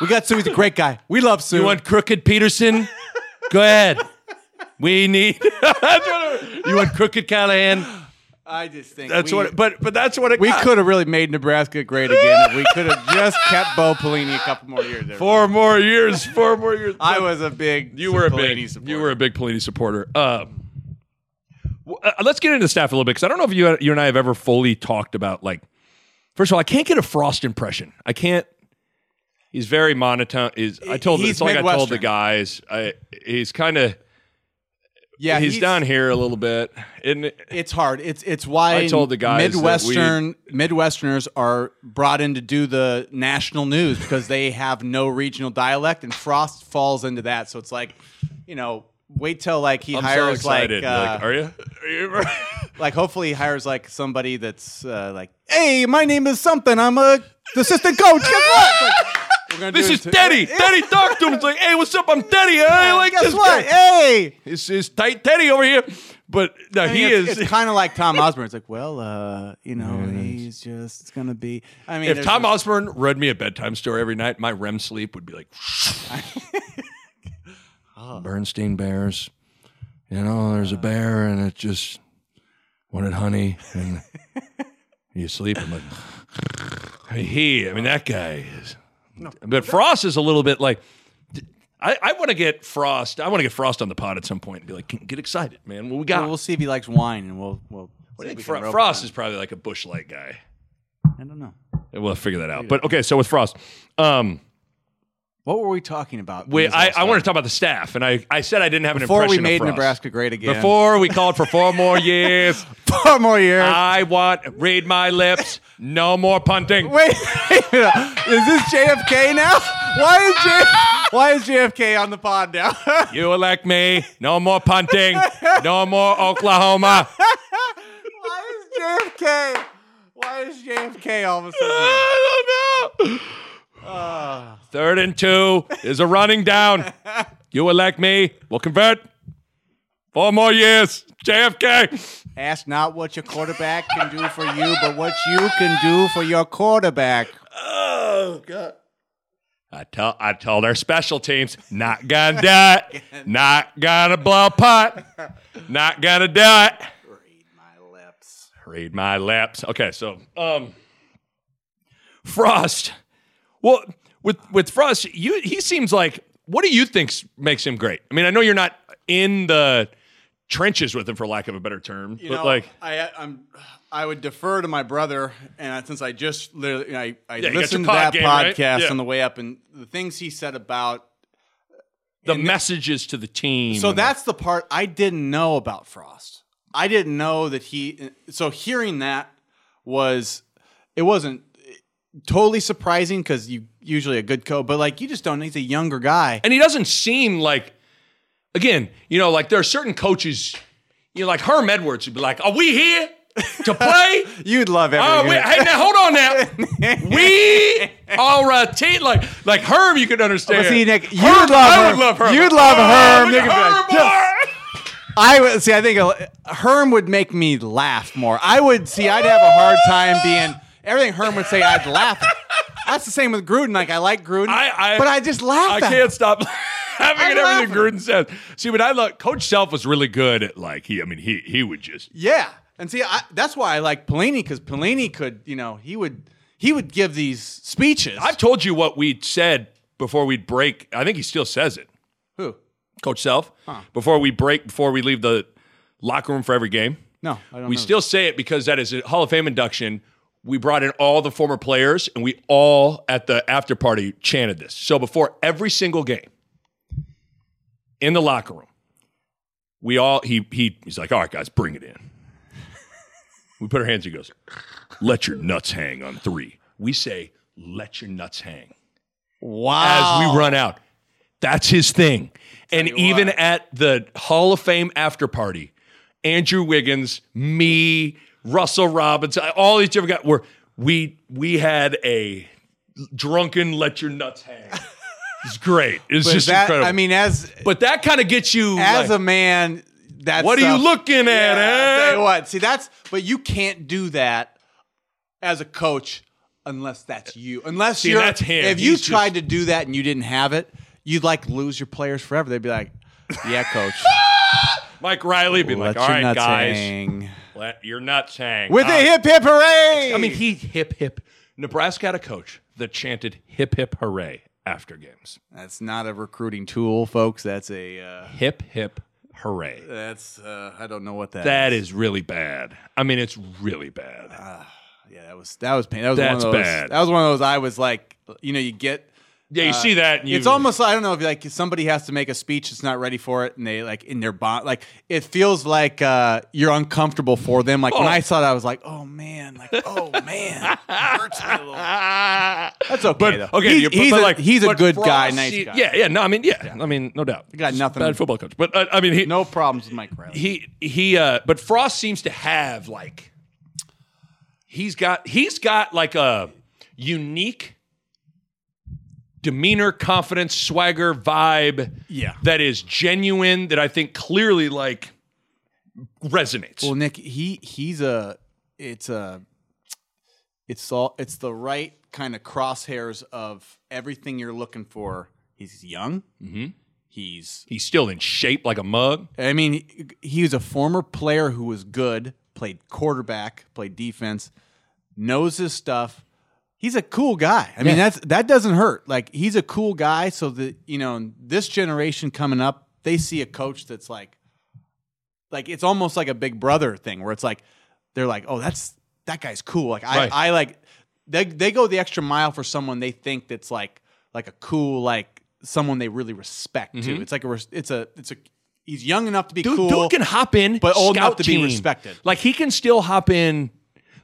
we got Sue. He's a great guy. We love Sue.
You want crooked Peterson? Go ahead. We need. you want crooked Callahan?
I just think
That's
we,
what. But but that's what it. Ah.
we
got.
could have really made Nebraska great again. if we could have just kept Bo Pelini a couple more years. everybody.
four more years. Four more years.
I was a big
You were a
Pelini
big.
supporter.
You were a big Pelini supporter. Um, w- uh, let's get into staff a little bit because I don't know if you you and I have ever fully talked about like. First of all, I can't get a Frost impression. I can't. He's very monotone. Is I told
He's
it's like I told the
Midwestern.
guys. I he's kind of
yeah.
he's down here a little bit. Isn't it?
It's hard. It's it's why
I told the guys that
Midwestern Midwesterners are brought in to do the national news because they have no regional dialect, and Frost falls into that. So it's like, you know, wait till like he
I'm so
hires like,
excited.
uh,
like, are you? Are you
like hopefully he hires like somebody that's uh, like, hey, my name is something. I'm a the assistant coach. Guess what? It's like, we're gonna
this
do
is
it to-
Teddy. Teddy talked to him. It's like, hey, what's up? I'm Teddy. I like
Guess
this
what?
guy.
Hey.
It's, it's tight Teddy over here. But no,
I
he
mean, it's,
is.
It's kind of like Tom Osborne. It's like, well, uh, you know, he's just it's gonna be. I mean,
if
there's
Tom
no-
Osborne read me a bedtime story every night, my REM sleep would be like Bernstein Bears. You know, there's a bear and it just wanted honey and you sleep. I'm like, I mean, he, I mean, that guy is. But Frost is a little bit like, I, I want to get Frost. I want to get Frost on the pod at some point and be like, get excited, man. What we got?
Well, we'll see if he likes wine, and we'll we'll.
I
see if
think
we can
Fro-
rope
Frost is probably like a bushlight guy.
him. I don't know.
We'll figure that out. But okay, so with Frost, um,
What were we talking about? when
we
this all
I, I
started?
want to talk about the staff, and I, I said I didn't have an
before
impression
we
of
made
Frost.
Nebraska great again.
Before we called for four more years,
four more years.
I want read my lips. No more punting.
wait, wait a minute. is this JFK now? Why is J- why is JFK on the pod now?
You elect me. No more punting. No more Oklahoma.
why is JFK? Why is JFK all of a sudden?
I don't know. Third and two is a running down. You elect me. We'll convert. Four more years. JFK.
Ask not what your quarterback can do for you, but what you can do for your quarterback.
Oh God. I tell I told our special teams not gonna do it, not gonna blow a punt, not gonna do it.
Read my lips.
Read my lips. Okay, so um, Frost. Well, with with Frost, you he seems like. What do you think makes him great? I mean, I know you're not in the trenches with him, for lack of a better term,
You
but
know,
like,
I, I'm, I would defer to my brother, and since I just literally, I, I
got your
listened to
pod
that
game, right?
podcast
Yeah.
on the way up, and the things he said about.
the messages to the team.
So
and-
that's the part I didn't know about Frost. I didn't know that he. So hearing that was, it wasn't totally surprising because you usually a good co, but like you just don't. He's a younger guy.
and he doesn't seem like again you know like there are certain coaches you know like herm edwards would be like are we here to play
You'd love
Oh,
everything.
we, hey, now hold on now. we are a team. Like, like Herm, you could understand.
But see, Nick, you'd
Herm-
love
I
Herm.
would love Herm.
You'd love
Oh,
Herm.
look at
Nick would be like,
Herm, boy.
I would see. I think a, Herm would make me laugh more. I would see. I'd have a hard time being everything Herm would say. I'd laugh. at. That's the same with Gruden. Like I like Gruden,
I- I-
but I just laugh.
I
at him.
can't stop having
I'm
it everything
laughing.
Gruden says. See, when I look, Coach Self was really good at like he. I mean, he he would just
Yeah, and see, I, that's why I like Pelini because Pelini could, you know, he would he would give these speeches.
I've told you what we said before we'd break. I think he still says it.
Who?
Coach Self, before we break, before we leave the locker room for every game,
No, I don't.
we
know.
still say it because that is a Hall of Fame induction. We brought in all the former players, and we all at the after party chanted this. So before every single game, in the locker room, we all he he he's like, all right, guys, bring it in. we put our hands. He goes, let your nuts hang on three. We say, let your nuts hang
wow.
as
Oh.
we run out. That's his thing. And even at the Hall of Fame after party, Andrew Wiggins, me, Russell Robbins, I- all these different guys were we we had a drunken let your nuts hang. It's great. It's
But
just
that-
incredible.
I mean, as
but that kind of gets you
as a
like,
man, that's
what are you looking at,
Yeah, I'll
eh?
tell you what, see that's but you can't do that as a coach unless that's you. Unless
See,
you're
that's him.
if you
He's just-
tried to do that and you didn't have it, you'd like lose your players forever. They'd be like, "Yeah, coach."
Mike Riley be like,
Let
all
your
right,
nuts
guys,
hang."
let your nuts hang.
With
Uh,
a hip hip hooray!
I mean, he hip hip. Nebraska had a coach that chanted hip hip hooray after games.
that's not a recruiting tool, folks. That's a uh,
Hip hip hooray.
that's uh, I don't know what that.
That is really bad. I mean, it's really
Uh,
bad.
Yeah, that was that was pain. That was
That's
one of those.
bad.
That was one of those. I was like, you know, you get.
Yeah, you see that. And you,
uh, It's almost I don't know if like somebody has to make a speech that's not ready for it, and they like in their bond, like it feels like uh, you're uncomfortable for them. Like when
Oh.
I saw that, I was like, oh man, like oh man, it hurts me a little.
Ah.
That's okay.
But
though.
okay,
he's,
you- but-
he's
but
a,
like
he's a
but
good
Frost,
guy, nice
he-
guy.
Yeah, yeah. No, I mean, yeah. I mean, no doubt.
got
He's a
nothing-
Bad football coach, but uh, I mean, he,
no problems with Mike Riley.
he he uh but frost seems to have like he's got he's got like a unique demeanor confidence swagger vibe
Yeah.
that is genuine that i think clearly like resonates
Well, Nick, he he's a it's a it's all it's the right kind of crosshairs of everything you're looking for. He's young. Mm-hmm. He's
he's still in shape like a mug
I mean he, he was a former player who was good, played quarterback, played defense, knows his stuff. He's a cool guy. I mean that's that doesn't hurt. Like he's a cool guy. So that you know this generation coming up, they see a coach that's like like it's almost like a big brother thing where it's like they're like oh that's that guy's cool like i
Right.
i like they they go the extra mile for someone they think that's like like a cool like someone they really respect too it's like a res- it's a it's a he's young enough to be
Mm-hmm. dude,
cool
dude can hop in,
but old
scout
enough to be
team.
respected.
Like he can still hop in,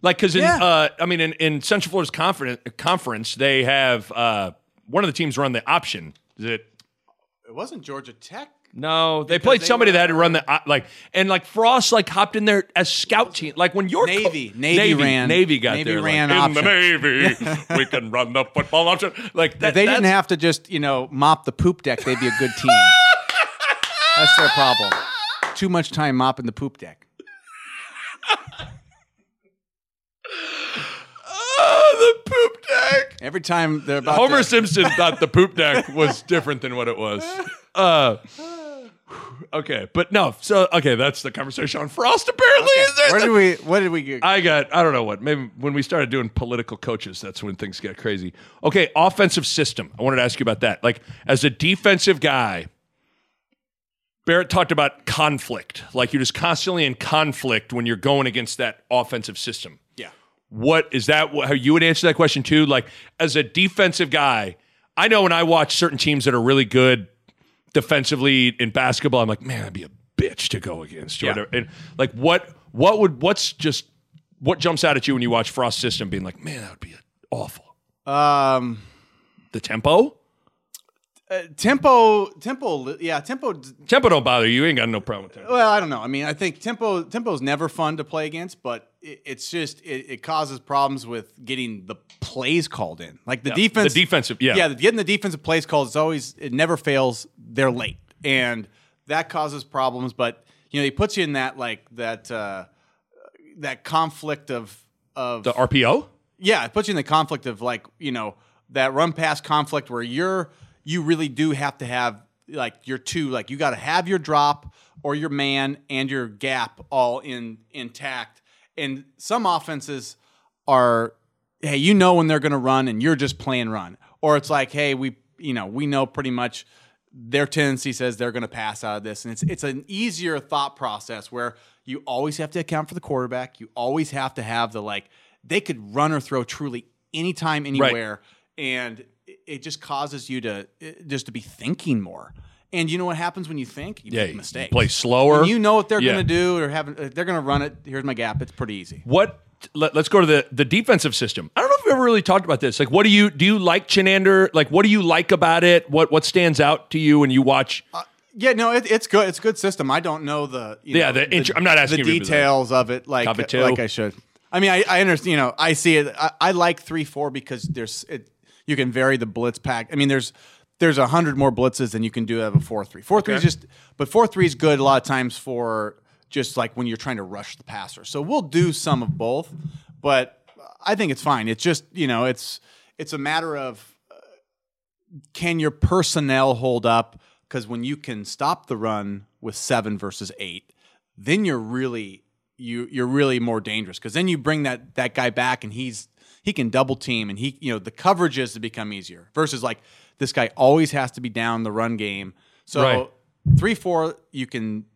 like because in
Yeah.
uh, I mean in, in Central Florida's conference conference they have uh, one of the teams run the option that
it wasn't georgia tech
no they played
they
somebody
were-
that had to run the op- like and like Frost like hopped in there as scout team like when your co-
Navy. Navy ran-
Navy got
Navy
there like,
ran option."
in the Navy we can run the football option like that
if they didn't
that's-
have to just you know mop the poop deck they'd be a good team that's their problem too much time mopping the poop deck
oh, the poop deck
every time they're about
Homer
to,
Simpson thought the poop deck was different than what it was. Uh, okay, but no. So okay, that's the conversation on Frost. Apparently, Is Uh, there
where
the-
did we what did we get
I got. I don't know what. Maybe when we started doing political coaches, that's when things got crazy. Okay, offensive system. I wanted to ask you about that. Like as a defensive guy, Barrett talked about conflict. Like you're just constantly in conflict when you're going against that offensive system
yeah
what is that wh- how you would answer that question too like as a defensive guy i know when i watch certain teams that are really good defensively in basketball i'm like man that'd be a bitch to go against or
Yeah.
whatever. and like what what would what's just what jumps out at you when you watch frost system being like man that would be awful
um
the tempo
tempo tempo yeah tempo d-
tempo don't bother you you ain't got no problem with that
well i don't know i mean i think tempo tempo's never fun to play against but it, it's just it, it causes problems with getting the plays called in like the defense
the defensive yeah,
yeah getting the defensive plays called is always it never fails they're late and that causes problems but you know he puts you in that like that uh that conflict of of
the rpo
yeah, it puts you in the conflict of like you know that run pass conflict where you're you really do have to have like your two like you got to have your drop or your man and your gap all in intact. And some offenses are hey you know when they're going to run and you're just playing run or it's like hey we you know we know pretty much their tendency says they're going to pass out of this and it's it's an easier thought process where you always have to account for the quarterback you always have to have the like they could run or throw truly anytime anywhere and it- it just causes you to it- just to be thinking more and you know what happens when you think you
yeah
make
you
mistakes
play slower
When you know what they're
Yeah.
going to do or have if they're going to run it here's my gap it's pretty easy
What? Let, us go to the the defensive system. I don't know if we ever really talked about this. Like, what do you do? You like Chenander? Like, what do you like about it? What what stands out to you when you watch?
Uh, Yeah, no, it, it's good. It's a good system. I don't know the you
Yeah,
know,
the intro- I'm not asking
the
you to do that.
details of it like
Cover two.
like I should. I mean, I, I understand. You know, I see it. I, I like three four because there's it. You can vary the blitz pack. I mean, there's there's a hundred more blitzes than you can do out of a four three. Four three is just, but four three is good a lot of times for just like when you're trying to rush the passer. So we'll do some of both, but I think it's fine. It's just you know, it's it's a matter of can your personnel hold up? Because when you can stop the run with seven versus eight, then you're really you you're really more dangerous because then you bring that that guy back and he's he can double team and he you know the coverages to become easier versus like this guy always has to be down the run game. So
Right.
three four you can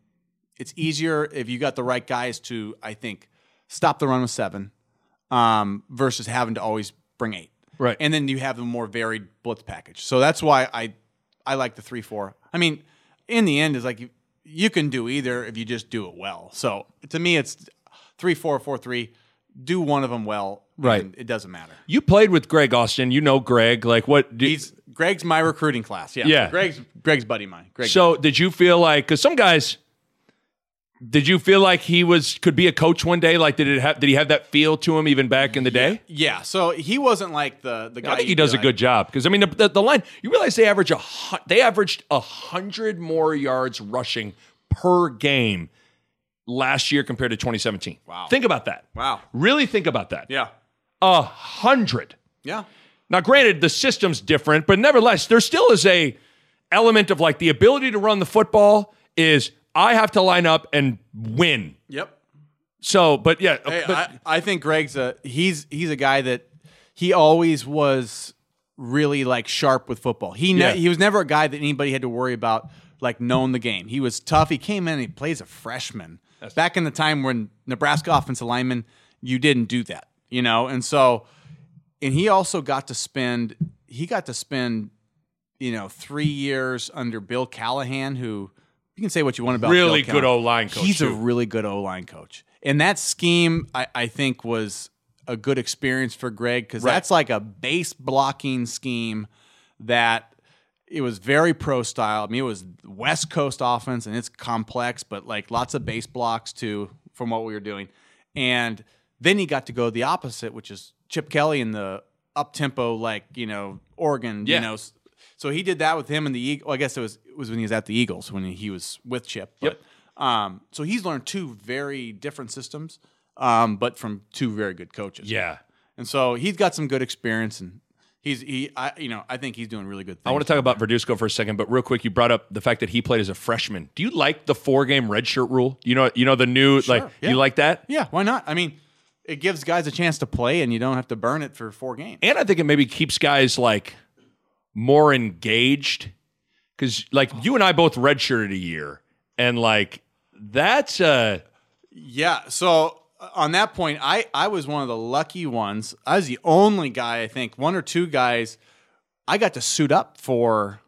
it's easier if you got the right guys to I think stop the run with seven um, versus having to always bring eight.
Right.
And then you have the more varied blitz package. So that's why I I like the three four. I mean, in the end, is like you, you can do either if you just do it well. So to me, it's three four four three. Do one of them well.
Right.
and It doesn't matter.
You played with Greg Austin. You know Greg. Like what? Do,
He's Greg's my recruiting class. Yeah.
Yeah.
Greg's Greg's buddy of mine. Greg.
so did you feel like? Because some guys, did you feel like he was could be a coach one day? Like did it have? Did he have that feel to him even back in the day?
yeah. So he wasn't like the the guy.
I think he
you'd
does a
be like-
good job because I mean the, the, the line. You realize they average a hun- they averaged a hundred more yards rushing per game last year compared to 2017. Wow! Think about that.
Wow.
Really think about that.
Yeah.
A hundred.
Yeah.
Now, granted, the system's different, but nevertheless, there still is a element of like the ability to run the football is I have to line up and win.
Yep.
So, but yeah,
Hey,
but,
I, I think Greg's a he's he's a guy that he always was really like sharp with football. He ne-
Yeah.
he was never a guy that anybody had to worry about like knowing the game. He was tough. He came in and he plays a freshman. Back in the time when Nebraska offensive linemen, you didn't do that, you know, and so and he also got to spend he got to spend you know three years under Bill Callahan, who you can say what you want about
Really
Bill
good
Callahan.
O-line coach,
He's a
too.
really good O line coach, and that scheme I, I think was a good experience for Greg because that's like a base blocking scheme that it was very pro style. I mean, it was West Coast offense, and it's complex, but like lots of base blocks too from what we were doing. And then he got to go the opposite, which is Chip Kelly in the up tempo, like you know Oregon,
Yeah.
you know. s- So he did that with him and the Eagles. Well, I guess it was it was when he was at the Eagles when he was with Chip. But, Um, so he's learned two very different systems, um, but from two very good coaches.
yeah.
And so he's got some good experience, and he's he I you know I think he's doing really good. Things.
I want to talk about Verduzco for a second, but real quick, you brought up the fact that he played as a freshman. Do you like the four game redshirt rule? You know, you know the new like
yeah.
you like that.
Yeah, why not? I mean, it gives guys a chance to play, and you don't have to burn it for four games.
and I think it maybe keeps guys like more engaged because like you and I both redshirted a year, and like that's uh
Yeah. So uh, on that point, I I was one of the lucky ones. I was the only guy, I think, one or two guys. I got to suit up for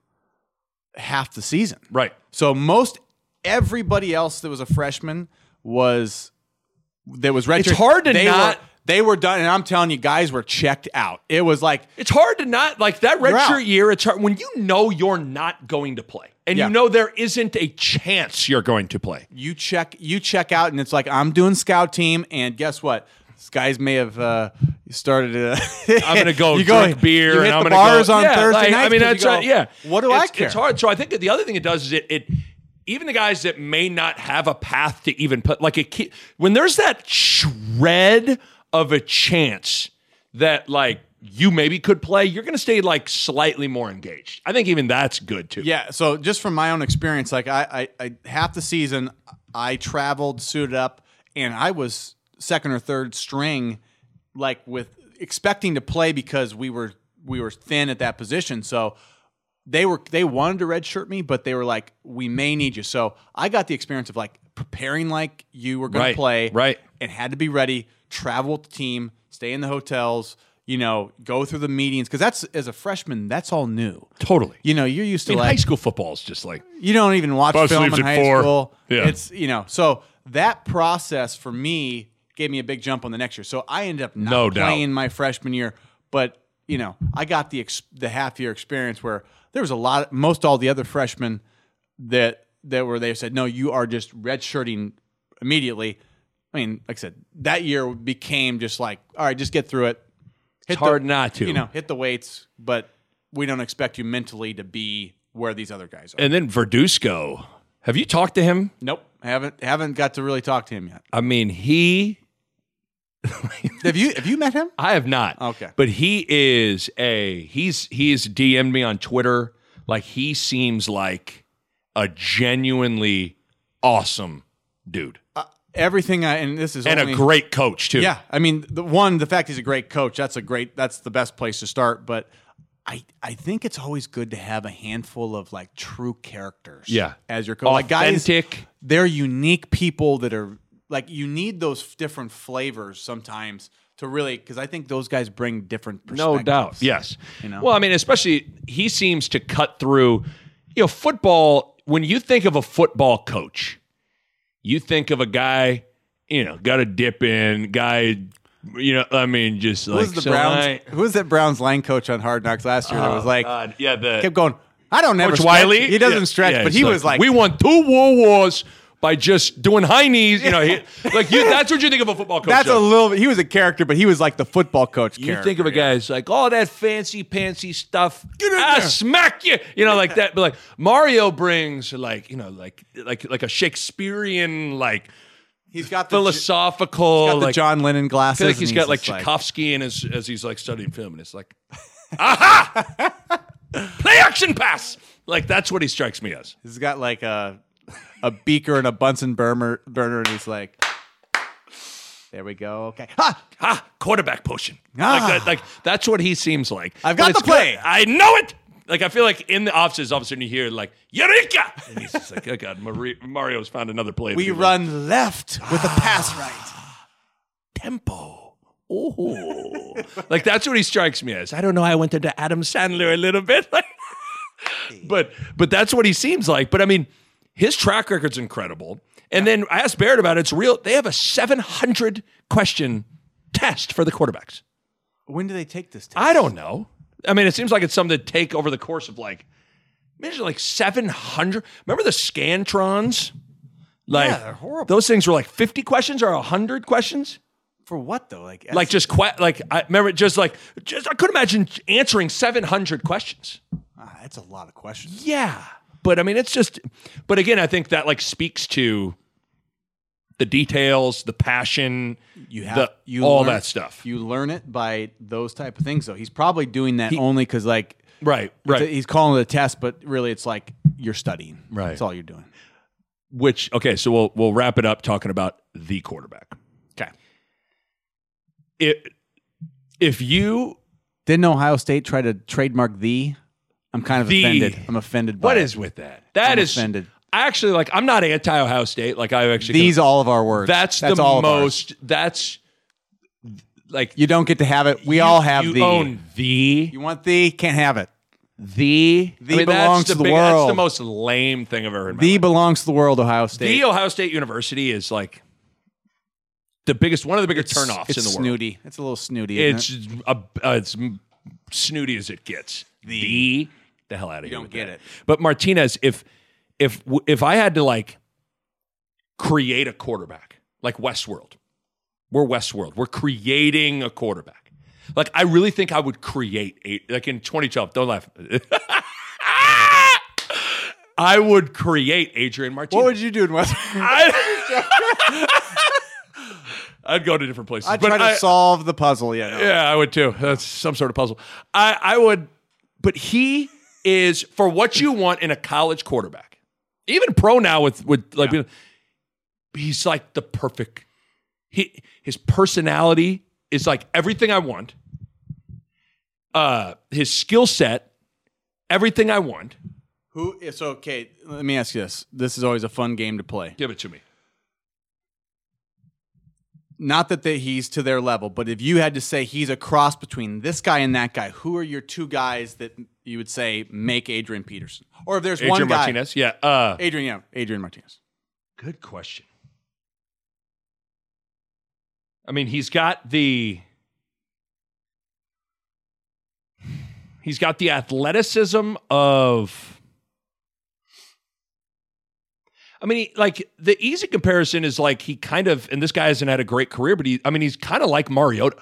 half the season.
right.
So most everybody else that was a freshman was that was redshirt.
hard to
they
not-
Were, they were done, and I'm telling you, guys were checked out. It was like
It's hard to not like that
You're out.
redshirt year. It's hard when you know you're not going to play, and
Yeah.
you know there isn't a chance you're going to play.
you check you check out and it's like I'm doing scout team and guess what this guys may have uh, started i am
I'm gonna go
you
drink beer
you hit
and I'm
the
gonna
bars
go,
on
yeah,
Thursday
like,
night
I mean, that's uh, yeah.
what do
it's,
I care
It's hard. So I think that the other thing it does is it it even the guys that may not have a path to even put like a key, when there's that shred of a chance that like you maybe could play, you're gonna stay like slightly more engaged. I think even that's good too.
Yeah. So just from my own experience, like I, I, I half the season, I traveled suited up, and I was second or third string, like with expecting to play because we were we were thin at that position. So they were they wanted to redshirt me, but they were like, we may need you. So I got the experience of like preparing like you were going
Right,
to play,
right.
and had to be ready, travel with the team, stay in the hotels. You know, go through the meetings because that's as a freshman, that's all new.
totally.
You know, you're used
I
to
mean,
like
high school football is just like
you don't even watch
Bus
film
leaves
in
at
high
four.
school.
Yeah.
It's you know, so that process for me gave me a big jump on the next year. So I ended up not
No doubt.
playing my freshman year, but you know, I got the ex- the half year experience where there was a lot most all the other freshmen that that were there said, "No, you are just redshirting immediately." I mean, like I said, that year became just like, "All right, just get through it." Hit
it's hard not to.
you know, hit the weights, but we don't expect you mentally to be where these other guys are.
And then Verduzco, have you talked to him?
Nope, haven't haven't got to really talk to him yet.
I mean, he
Have you have you met him?
I have not.
Okay.
But he is a he's he's DM'd me on Twitter. Like he seems like a genuinely awesome dude
Everything I and this is
Uh, and
only,
a great coach too.
Yeah, I mean, the one, the fact he's a great coach, that's a great, that's the best place to start. But I, I think it's always good to have a handful of like true characters.
Yeah.
as your coach, like guys,
Authentic.
they're unique people that are like you need those different flavors sometimes to really because I think those guys bring different perspectives.
no doubt. Yes.
You know?
Well, I mean, especially he seems to cut through. You know, football. When you think of a football coach, you think of a guy. You know, got a dip in guy. You know, I mean, just
Who
like
was the
so
Browns?
I- Uh, Oh,
who was that Browns line coach on Hard Knocks last year? that was like
God, yeah, the
kept going. I don't ever
Coach
stretch."
Wiley.
He doesn't
Yeah,
stretch,
yeah,
but
it's
he was like
we won two world wars by just doing high knees. You know, he, like you, that's what you think of a football coach.
That's
though.
a little bit. He was a character, but he was like the football coach.
You
character.
think of a guy that's like all that fancy pantsy stuff. I smack you, you know, like that. But like Mario brings, like you know, like like like a Shakespearean, like
he's got the,
philosophical,
he's got the
like
John Lennon
I
glasses.
feel like
and
he's got like
just
Tchaikovsky in his as he's like studying film, and it's like, aha, play action pass. Like that's what he strikes me as.
he's got like a a beaker and a Bunsen burner, burner, and he's like, there we go. Okay, ha!
Ah, quarterback potion.
Ah.
Like, that, like that's what he seems like.
I've
But
got
it's
the play.
good. I know it. Like I feel like in the offices, all of a sudden you hear like Eureka, and he's just like, "Oh God, Mari- Mario's found another play." to
We
do that."
run left with a pass right.
tempo. Oh, like that's what he strikes me as. I don't know. I went into Adam Sandler a little bit, like, but but that's what he seems like. But I mean, his track record's incredible. And then I asked Barrett about it. It's real. They have a 700 question test for the quarterbacks.
When do they take this? Test?
I don't know. I mean, it seems like it's something to take over the course of like, imagine like 700. Remember the Scantrons? Like,
they're horrible.
Those things were like 50 questions or 100 questions?
For what though? Like,
Like, just que- like, I remember just like, just, I could imagine answering 700 questions.
ah, that's a lot of questions.
Yeah. But I mean, it's just, but again, I think that like speaks to the details, the passion,
You have
the-
you
all
learn-
that stuff.
You learn it by those type of things. Though he's probably doing that only because like
right, right.
he's calling it a test, but really it's like you're studying.
Right.
that's all you're doing.
Which, okay, so we'll, we'll wrap it up talking about the quarterback.
Okay.
it if you
Didn't Ohio State try to trademark the? I'm kind of
The.
offended. I'm offended by
what
it.
is with that that
I'm
is
offended.
I actually like I'm not anti Ohio State like I actually
these all of our words.
that's, the
all of ours.
most that's like
You don't get to have it. We
you-
all have
you
the.
own the
You want the? Can't have it.
the
The belongs
that's
to the
big- that's the
world.
most lame thing I've ever heard in my
The
life.
belongs to the world, Ohio State.
the Ohio State University is like the biggest one of the bigger turnoffs
it's
in the world
snooty. It's a little snooty. isn't
it's
it?
a, uh, it's m- snooty as it gets. The, the hell out of here.
don't
with
get
that.
it.
But Martinez, if if w- if I had to like create a quarterback like Westworld, we're Westworld. We're creating a quarterback. Like I really think I would create a like in 2012. Don't laugh. I would create Adrian Martinez.
What would you do in West?
I, would go to different places.
I
but
try to
I-
solve the puzzle. Yeah. no.
yeah, I would too. That's some sort of puzzle. I, I would, but he is for what you want in a college quarterback, even pro now with with like, being he's like the perfect. He his personality is like everything I want. Uh, his skill set, everything I want.
Who? It's okay. Let me ask you this. This is always a fun game to play.
Give it to me.
not that they, he's to their level, but if you had to say he's a cross between this guy and that guy, who are your two guys that you would say make Adrian Peterson? Or if there's
Adrian
one guy,
Martinez. Yeah. Uh,
Adrian, yeah, Adrian Martinez.
Good question. I mean, he's got the he's got the athleticism of I mean, he- like the easy comparison is like he kind of and this guy hasn't had a great career, but he I mean, he's kind of like Mariota.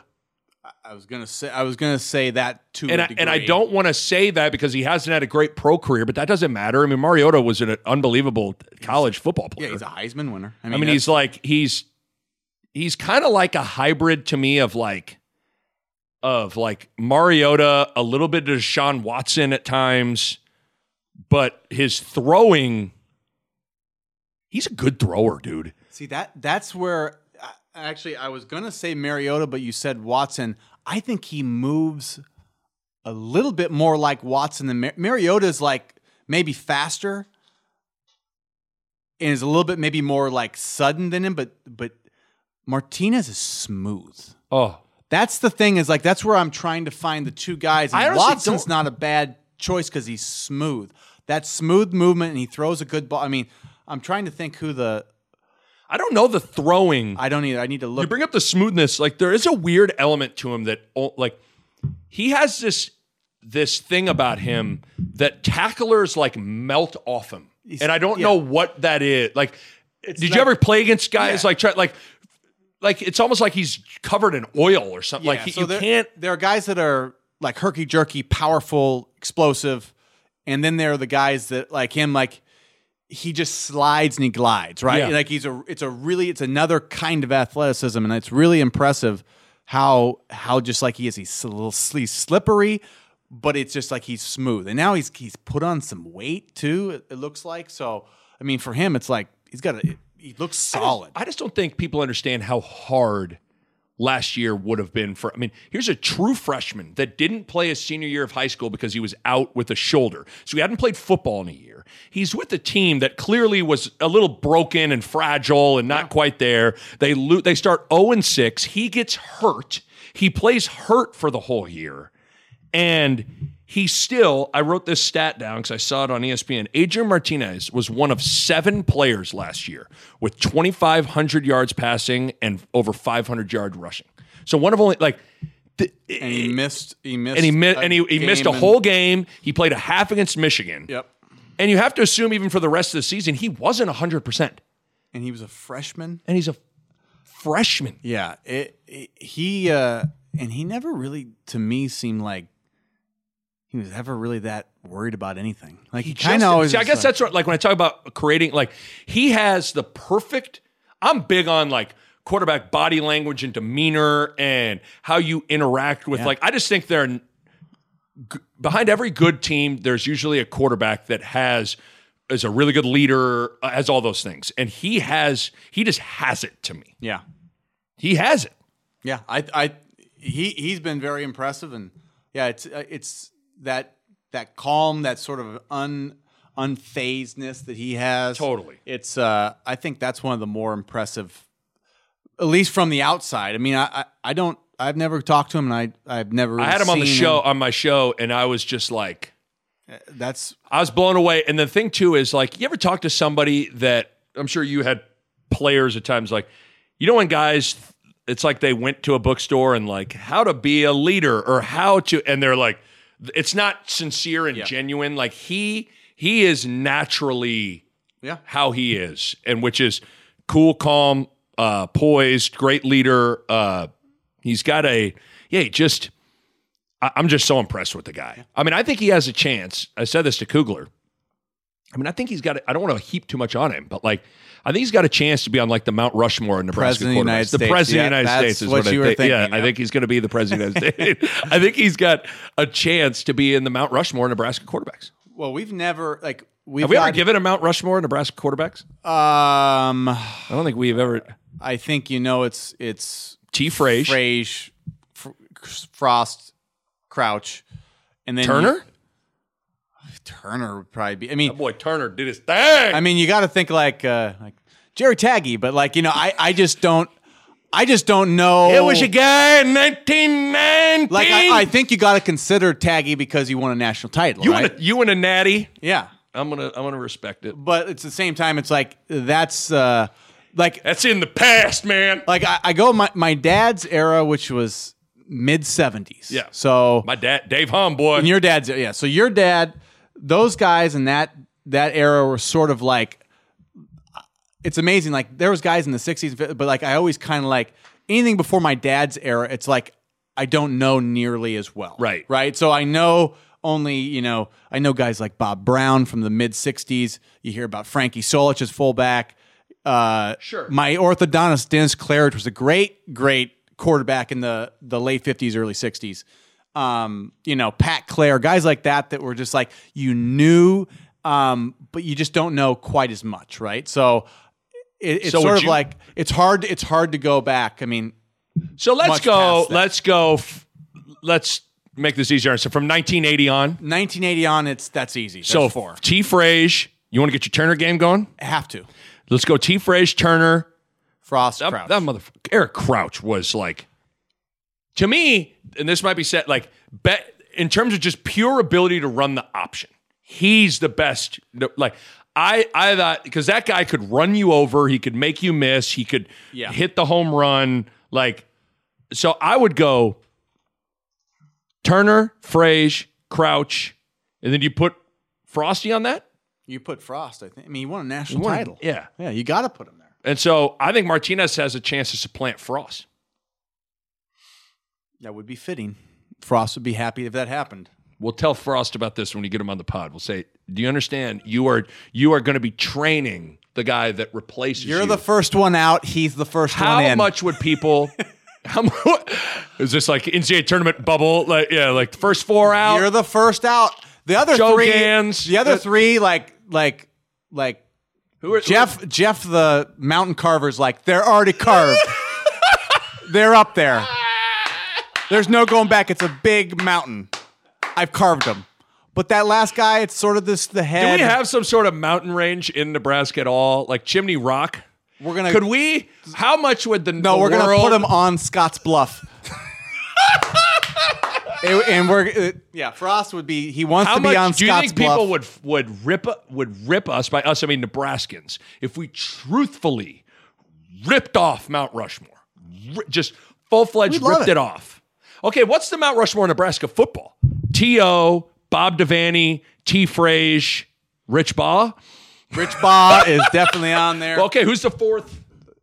I was gonna say, I was gonna say that to
And
a
I, and I
degree.
don't want to say that because he hasn't had a great pro career, but that doesn't matter. I mean, Mariota was an unbelievable college football player.
Yeah, he's a Heisman winner. I
I
mean,
mean, he's like he's he's kind of like a hybrid to me of like of like Mariota, a little bit of Sean Watson at times, but his throwing. He's a good thrower, dude.
that's- See that that's where I- actually I was gonna say Mariota, but you said Watson. I think he moves a little bit more like Watson than Mar- Mariota is like maybe faster and is a little bit maybe more like sudden than him, but but Martinez is smooth.
Oh,
That's the thing is like that's where I'm trying to find the two guys.
I
And
honestly
Watson's
don't-
not a bad choice because he's smooth. That smooth movement and he throws a good ball. I mean, I'm trying to think who the
I don't know the throwing.
I don't either. I need to
you
look.
bring up the smoothness. Like there is a weird element to him that oh, like he has this this thing about him that tacklers like melt off him, and I don't know what that is. Like, did you
not-
ever play against guys like try like like it's almost like he's covered in oil or something. like
Yeah,
he,
so
you
there,
can't.
There are guys that are like herky jerky, powerful, explosive, and then there are the guys that like him, like he just slides and he glides, right?
Yeah.
Like he's a, it's a really, it's another kind of athleticism, and it's really impressive how how just like he is. He's a little he's slippery, but it's just like he's smooth. And now he's he's put on some weight too. It, it looks like so. I mean, for him, it's like he's got a. He looks solid.
I just don't think people understand how hard last year would have been for. I mean, here's a true freshman that didn't play his senior year of high school because he was out with a shoulder. So he hadn't played football in a year. He's with a team that clearly was a little broken and fragile and not quite there. They lo- they start 0 and 6. He gets hurt. He plays hurt for the whole year. And he still, I wrote this stat down because I saw it on E ESPN. Adrian Martinez was one of seven players last year with 2,500 yards passing and over 500 yard rushing. So one of only like, th-
and he missed. He missed.
and he missed,
a
and he, he missed a
game and-
whole game. He played a half against Michigan.
Yep.
And you have to assume even for the rest of the season, he wasn't 100%.
And he was a freshman.
And he's a freshman.
Yeah, it, it- he uh and he never really to me seemed like he was ever really that worried about anything. Like he, kind
just-
of always
See, I
was
guess
like-
that's what, like when I talk about creating, like he has the perfect. I'm big on like quarterback body language and demeanor and how you interact with. Like I just think they're g- behind every good team. There's usually a quarterback that has is a really good leader, uh, has all those things, and he has. He just has it to me.
yeah.
He has it.
Yeah, I, I, he, he's been very impressive, and yeah, it's, uh, it's that, that calm, that sort of un, unfazedness that he has.
Totally.
it's, uh, I think that's one of the more impressive, at least from the outside. I mean, I, I, I don't, I've never talked to him, and I, I've never.
I
really
had him on the
seen
show on my show, and I was just like.
That's
I was blown away. And the thing too is like, you ever talk to somebody that I'm sure you had players at times like, you know, when guys, it's like they went to a bookstore and like how to be a leader or how to, and they're like, it's not sincere and genuine. Like he, he is naturally
yeah.
how he is, and which is cool, calm, uh, poised, great leader. Uh, he's got a yeah, he just I, I'm just so impressed with the guy. I mean, I think he has a chance. I said this to Kugler. I mean, I think he's got. A, I don't want to heap too much on him, but like, I think he's got a chance to be on like the Mount Rushmore in Nebraska
President of the
quarterbacks.
United
the
States.
president of
Yeah,
the United
that's
States is
what
what, I
you were
think. yeah,
thinking,
I
yeah.
think he's going to be the president of the United States. I think he's got a chance to be in the Mount Rushmore of Nebraska quarterbacks.
Well, we've never like we've
Have we ever
got-
given a Mount Rushmore of Nebraska quarterbacks?
Um,
I don't think we've ever.
I think you know it's it's
T. Frage,
Frage, Fr- Frost, Crouch, and then
Turner.
you- Turner would probably be. I mean,
boy Turner did his thing.
I mean, you got to think like uh, like Jerry Taggy, but like you know, I I just don't, I just don't know.
it was a guy in 1990.
like I, I think you got to consider Taggy because you won a national title,
you
right?
and a, you and a natty.
yeah,
I'm gonna I'm gonna respect it.
but at the same time, it's like that's uh like
That's in the past, man.
like I, I go my my dad's era, which was mid seventies.
Yeah.
so
My dad, Dave Homboy.
And your dad's yeah. So your dad, those guys in that that era were sort of like it's amazing. Like there was guys in the sixties, but like I always kind of like anything before my dad's era. It's like I don't know nearly as well.
Right.
Right. So I know only you know I know guys like Bob Brown from the mid sixties. You hear about Frankie Solich as fullback. Uh,
Sure.
My orthodontist Dennis Claridge was a great, great quarterback in the the late fifties, early sixties. Um, you know, Pat Clare, guys like that that were just like you knew, um, but you just don't know quite as much, right? So it, it's
So would
sort of
you-
like it's hard. It's hard to go back. I mean,
So let's
Much
go.
past that.
Let's go. f- Let's make this easier. So from 1980 on.
1980 on, it's that's easy. That's
So
four
T. Frage, you want to get your Turner game going?
have to
Let's go. T. Frage, Turner.
Frost
That,
Crouch.
that motherfucker. Eric Crouch was like, to me, and this might be set like bet in terms of just pure ability to run the option. He's the best. no, Like I, I thought because that guy could run you over. He could make you miss. He could
Yeah.
hit the home run. Like so, I would go Turner, Frage, Crouch, and then you put Frosty on that.
you put Frost. I think. I mean, you won a national title.
yeah.
yeah, you got to put him there.
And so I think Martinez has a chance to supplant Frost.
That would be fitting. Frost would be happy if that happened.
We'll tell Frost about this when you get him on the pod. We'll say, "Do you understand? You are you are going to be training the guy that replaces
You're
you.
the first one out. He's the first
how
one in.
much would people? How mu- is this like NCAA tournament bubble? Like yeah, like the first four out.
You're the first out. The other
Joe
three.
Gans.
The other
Uh,
three, like like like
Who are-
Jeff Jeff the mountain carver's like they're already carved. they're up there. There's no going back. It's a big mountain. I've carved them. But that last guy, it's sort of this the
Do
head.
we have some sort of mountain range in Nebraska at all? Like Chimney Rock?
We're gonna-
Could we? How much would the
no,
the
we're gonna
world-
put him on Scott's Bluff. and, and we're uh, yeah, Frost would be he wants
How
to be
much
on
do you
Scott's
think
Bluff.
people would would rip would rip us by us? I mean Nebraskans, if we truthfully ripped off Mount Rushmore, Ri- just full fledged
We'd love
ripped it.
it.
off. Okay, what's the Mount Rushmore of Nebraska football? T. O. Bob Devaney, T. Frage, Rich Baugh.
Rich Baugh is definitely on there.
Okay, who's the fourth?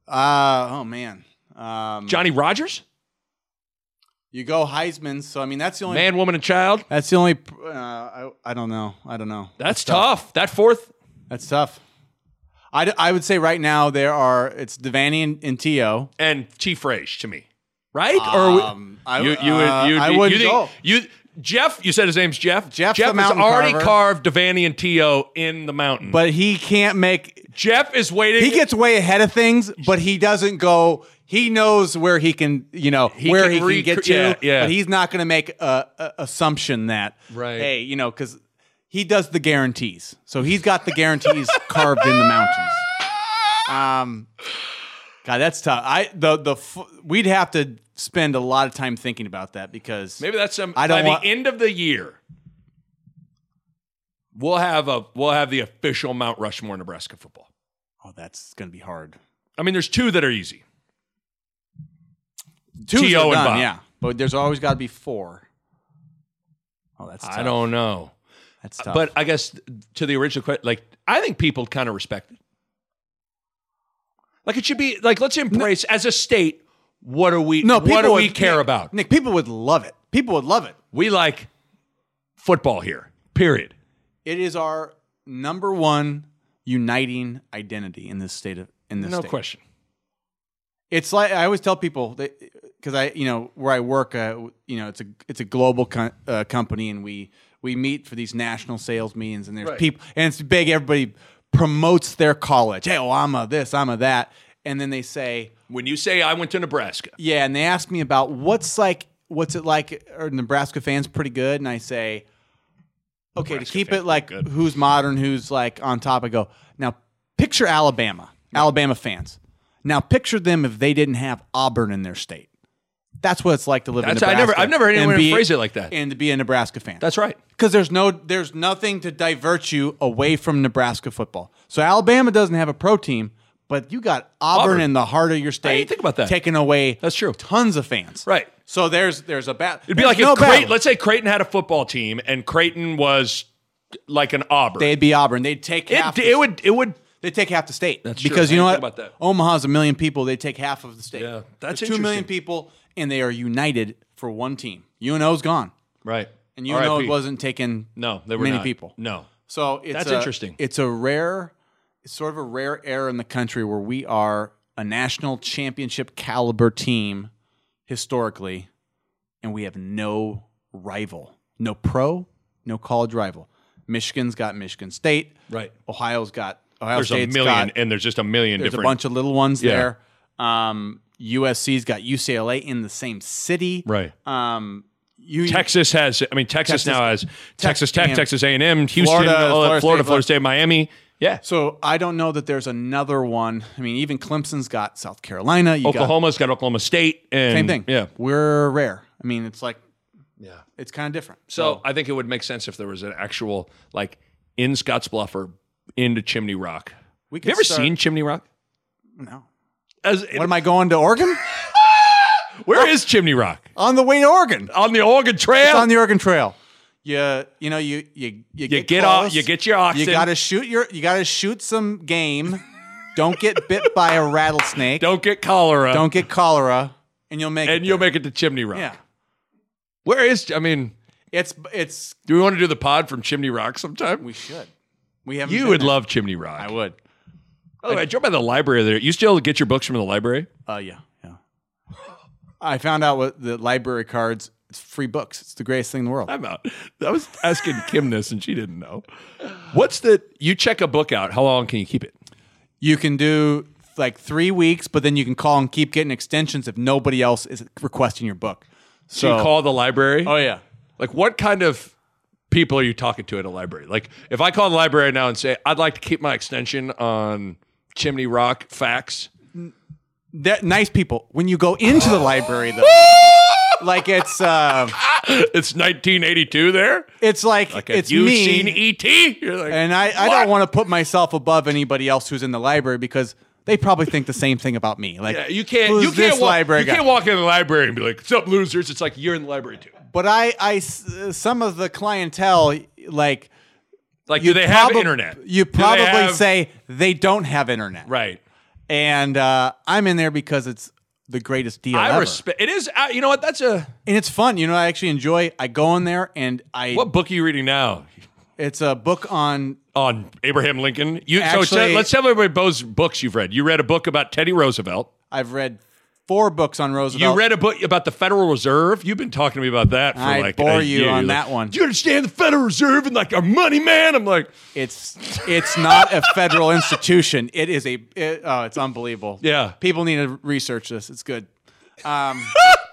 Uh, oh man. Um,
Johnny Rogers,
you go Heisman, so I mean that's the only
man, woman, and child.
that's the only uh, I, I don't know. I don't know.
That's tough. That fourth.
That's tough. I, d- I would say right now there are it's Devaney and, and Tio.
and T. Frage to me, right? or
Um, I-
you, you
uh,
would, you'd
I
be-
wouldn't
you
go.
You Jeff, you said his name's Jeff.
Jeff the
Jeff has
mountain
already
carver.
carved Devaney and T.O. in the mountain.
But he can't make
Jeff is waiting.
he gets way ahead of things, but he doesn't go he knows where he can, you know, where
can
he can
rec-
get to.
yeah, yeah.
But he's not going to make a, a assumption that
Right.
hey, you know, cuz he does the guarantees. So he's got the guarantees carved in the mountains. Um, God, that's tough. I the the f- we'd have to spend a lot of time thinking about that because
Maybe that's some.
I don't
by
want-
the end of the year, we'll have a we'll have the official Mount Rushmore Nebraska football.
oh, that's gonna be hard.
I mean, there's two that are easy.
Two's
T.O.
are
and
done,
Bob.
yeah, but there's always got to be four. Oh, that's tough.
I don't know,
That's tough.
but I guess to the original question, like I think people kind of respect it. Like it should be like let's embrace as a state. What are we?
no, people
what do
would,
we care
Nick-
about?
Nick, people would love it. People would love it.
we like football here. Period.
It is our number one uniting identity in this state of in this
No
state.
question.
It's like I always tell people that because I, you know, where I work, uh, w- you know, it's a it's a global co- uh, company, and we we meet for these national sales meetings, and there's
Right.
people, and it's big. Everybody promotes their college. Hey, oh, I'm a this, I'm a that, and then they say,
When you say I went to Nebraska,
yeah, and they ask me about what's like, what's it like? Are Nebraska fans pretty good? And I say, okay,
Nebraska
to keep
fans
it like
pretty good.
who's modern, who's like on top. I go now. Picture Alabama, Alabama fans. Now picture them if they didn't have Auburn in their state. That's what it's like to live
That's-
in
I
Nebraska.
never- I've never heard
and
anyone
be-
phrase it like that.
and to be a Nebraska fan.
that's right.
Because there's no, there's nothing to divert you away from Nebraska football. So Alabama doesn't have a pro team, but you got Auburn,
Auburn.
in the heart of your state.
think about that.
Taking away
That's true.
Tons of fans.
Right.
So there's there's a bat.
It'd be like
no
if Creighton,
battle.
let's say Creighton had a football team and Creighton was like an Auburn.
They'd be Auburn. They'd take half.
it,
the-
it would it would
They take half the state.
That's true.
because
I
you know
didn't
what?
think about that.
Omaha's a million people. They take half of the state.
Yeah, that's
There's two million
interesting.
people, and they are united for one team. UNO's gone,
right.
and UNO
RIP.
wasn't taking
no. There were
many
not.
people.
No.
So it's
That's
a-
interesting.
It's a rare, it's sort of a rare era in the country where we are a national championship caliber team historically, and we have no rival, no pro, no college rival. Michigan's got Michigan State.
Right.
Ohio's got Ohio
there's
State's
a million,
got-
and there's just a million
there's a
different.
bunch of little ones
Yeah.
there. Um, USC's got UCLA in the same city.
Right.
Um, you,
Texas has. I mean, Texas,
Texas-
now has Texas Tech,
and-
Texas A and M, Houston, Florida,
Florida,
Florida,
Florida State,
Florida,
Florida-
State, Miami. Yeah,
So I don't know that there's another one. I mean, even Clemson's got South Carolina. You
Oklahoma's got Oklahoma State, and
got same thing.
Yeah,
We're rare. I mean, it's like
yeah.
it's kind of different.
So I think it would make sense if there was an actual like in Scotts Bluff or into Chimney Rock.
We
Have you
could
ever
start-
seen Chimney Rock?
No.
As,
What am I going to Oregon?
where is Chimney Rock
on the way to Oregon.
on the Oregon Trail?
It's on the Oregon Trail. You you know you you you,
you get off.
close.
You get your oxen.
You got to shoot your you got to shoot some game. Don't get bit by a rattlesnake.
don't get cholera.
Don't get cholera, and you'll make
and
it
you'll
there.
make it to Chimney Rock.
yeah.
Where is? I mean,
It's it's
do we want to do the pod from Chimney Rock sometime?
we should. We have
you would love Chimney Rock.
I would.
By the way, I drove by the library there. You still get your books from the library?
Uh yeah yeah. I found out what the library cards. It's free books. It's the greatest thing in the world.
I'm out. I was asking Kim this, and she didn't know. What's the? You check a book out. How long can you keep it?
You can do like three weeks, but then you can call and keep getting extensions if nobody else is requesting your book.
So you call the library.
Oh yeah.
Like, what kind of people are you talking to at a library? Like, if I call the library now and say I'd like to keep my extension on Chimney Rock facts,
They're nice people. When you go into the library though, like it's uh,
it's 1982 there.
it's like,
Like, have
it's
you
me.
seen ET? You're like,
and I, I
"What?"
don't want to put myself above anybody else who's in the library because they probably think the same thing about me. Like
Yeah, you can't.
who's
you can't
this
walk.
library
you
guy?
can't walk in the library and be like, "What's up, losers?" It's like you're in the library too.
But I, I s- uh, some of the clientele like
Like, do they have
probab-
internet?
You
Do they
probably
have-
say they don't have internet,
right.
and uh, I'm in there because it's the greatest deal
I
ever,
respect. It is. Uh, you know what? That's a.
and it's fun. You know, I actually enjoy. I go in there and I.
What book are you reading now?
It's a book on
On Abraham Lincoln. You so
Actually-
tell- let's tell everybody Bo's books you've read. You read a book about Teddy Roosevelt.
I've read four books on
You
Roosevelt.
read a book about the Federal Reserve. You've been talking to me about that for
I
like
bore
a
you
year.
on
You're
that
like,
one.
Do you understand the Federal Reserve and like our money man? I'm like,
it's it's not a federal institution. It is a it, oh, it's unbelievable.
Yeah.
people need to research this. It's good. Um,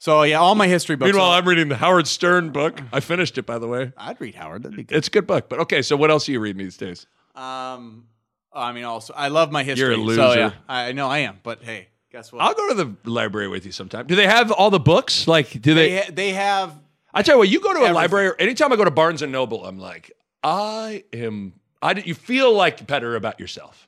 so yeah, all my history books.
meanwhile,
are-
I'm reading the Howard Stern book. I finished it by the way.
I'd read Howard. That'd be good.
It's a good book. But okay, so what else are you reading these days?
Um, I mean, also, I love my history.
You're a
So,
loser.
yeah, I I know I am, but hey, guess what?
I'll go to the library with you sometime. Do they have all the books? Like, do
they
they?
ha- they have
I tell you what, you go to a
Everything.
library. Anytime I go to Barnes and Noble, I'm like, I am. I d- you feel like better about yourself.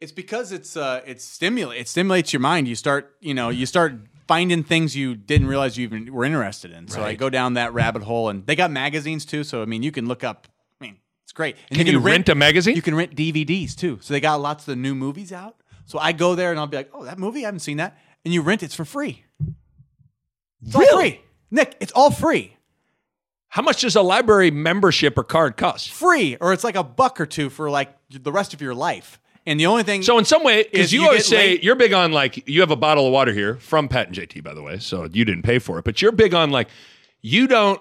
it's because it's uh it's stimulate it stimulates your mind. You start you know you start finding things you didn't realize you even were interested in. So I
Right.
go down that rabbit hole, and they got magazines too. So I mean, you can look up. I mean, it's great. And
Can you rent a magazine?
You can rent DVDs too. So they got lots of the new movies out. So I go there and I'll be like, oh, that movie I haven't seen that, and you rent it's for free. It's all free, Nick. It's all free.
How much does a library membership or card cost?
free or it's like a buck or two for like the rest of your life. And the only thing
So in some way, because
If
you,
you
always
get
say
late-
you're big on like you have a bottle of water here from Pat and JT, by the way. So you didn't pay for it, but you're big on like you don't.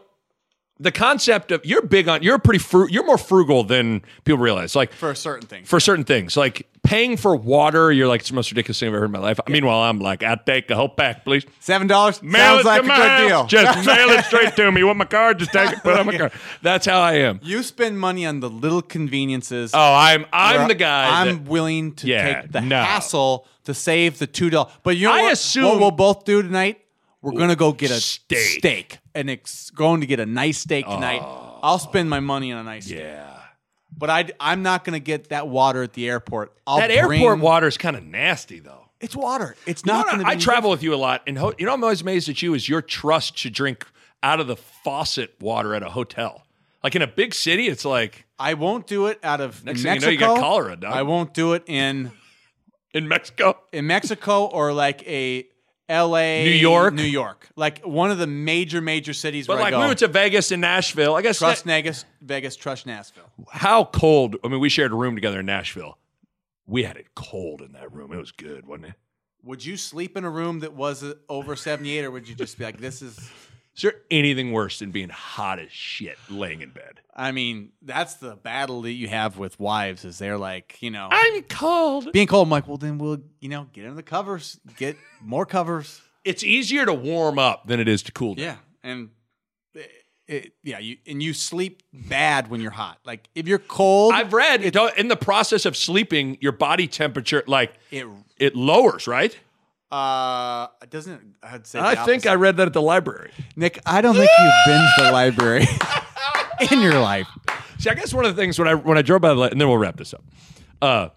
The concept of you're big on you're pretty fru- you're more frugal than people realize. Like
for a certain thing.
for certain things. Like paying for water, you're like, it's the most ridiculous thing I've ever heard in my life. Meanwhile, I'm like, I take a whole pack, please.
Seven dollars
Mail
sounds
it
like
to
a
my
good
house.
deal.
Just mail it straight to me. You want my card? Just take it, put it on my card. That's how I am.
you spend money on the little conveniences.
Oh, I'm
where
I'm the guy.
I'm
that-
willing to
Yeah,
take the
no.
hassle to save the two dollars. But you know
I
what,
assume-
what we'll both do tonight? We're gonna go get a
Steak.
steak. and it's going to get a nice steak tonight. I'll spend my money on a nice steak,
Oh. yeah.
but I, I'm not going to get that water at the airport. I'll
That
bring-
airport water is kind of nasty, though.
It's water. It's
You know
not
what?
going to be.
I travel with you a lot, and ho- you know I'm always amazed at you is your trust to drink out of the faucet water at a hotel. Like in a big city, it's like
I won't do it out of
Next thing you
Mexico.
know, you got cholera, dog.
I won't do it in
in Mexico.
in Mexico or like a L.A.
New York?
New York, like one of the major major cities
But
where
like
I go.
we went to Vegas and Nashville. I guess
Trust Vegas, Vegas, Trust Nashville.
how cold. I mean, we shared a room together in Nashville. We had it cold in that room. It was good, wasn't it?
Would you sleep in a room that was uh, over seventy eight, or would you just be like, "This is
Is there anything worse than being hot as shit laying in bed?
I mean, that's the battle that you have with wives is they're like, you know,
I'm cold.
being cold. I'm like, well, then we'll, you know, get under the covers, get more covers.
It's easier to warm up than it is to cool down.
Yeah, and it, it- yeah, you and you sleep bad when you're hot. Like if you're cold,
I've read don't- in the process of sleeping, your body temperature like
it
it lowers, right?
uh doesn't. I'd say.
I
the
think I
opposite.
read that at the library.
Nick. I don't think you've been to the library in your life.
See, I guess one of the things when I when I drove by the li- and then we'll wrap this up. Uh,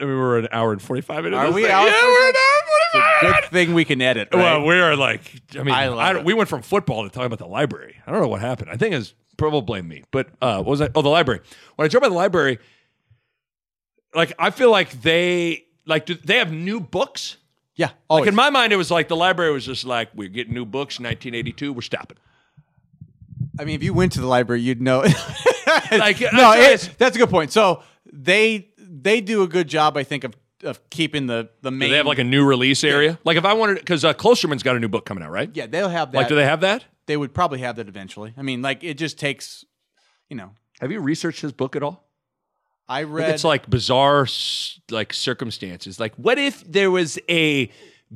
I mean, we're an hour and forty five minutes.
Are we
Yeah,
hour and
we're an hour and forty five.
Good thing we can edit. Right?
Well, we are like, I mean,
I
I
love
don't-
it.
we went from football to talking about the library. I don't know what happened. I think it's probably blame me, but uh, what was I? Oh, the library. When I drove by the library, like I feel like they like do they have new books.
yeah.
Like
Always.
in my mind, it was like the library was just like we're getting new books. 1982, we're stopping.
I mean, if you went to the library, you'd know.
Like,
no,
I-
it, that's a good point. So they they do a good job, I think, of of keeping the the main.
Do they have like a new release area? Like if I wanted, because uh, Closterman's got a new book coming out, right?
yeah, they'll have that.
Like, do they have that?
they would probably have that eventually. I mean, like it just takes, you know.
Have you researched his book at all?
I
I
read.
think it's like bizarre, s- like circumstances. Like, what if there was a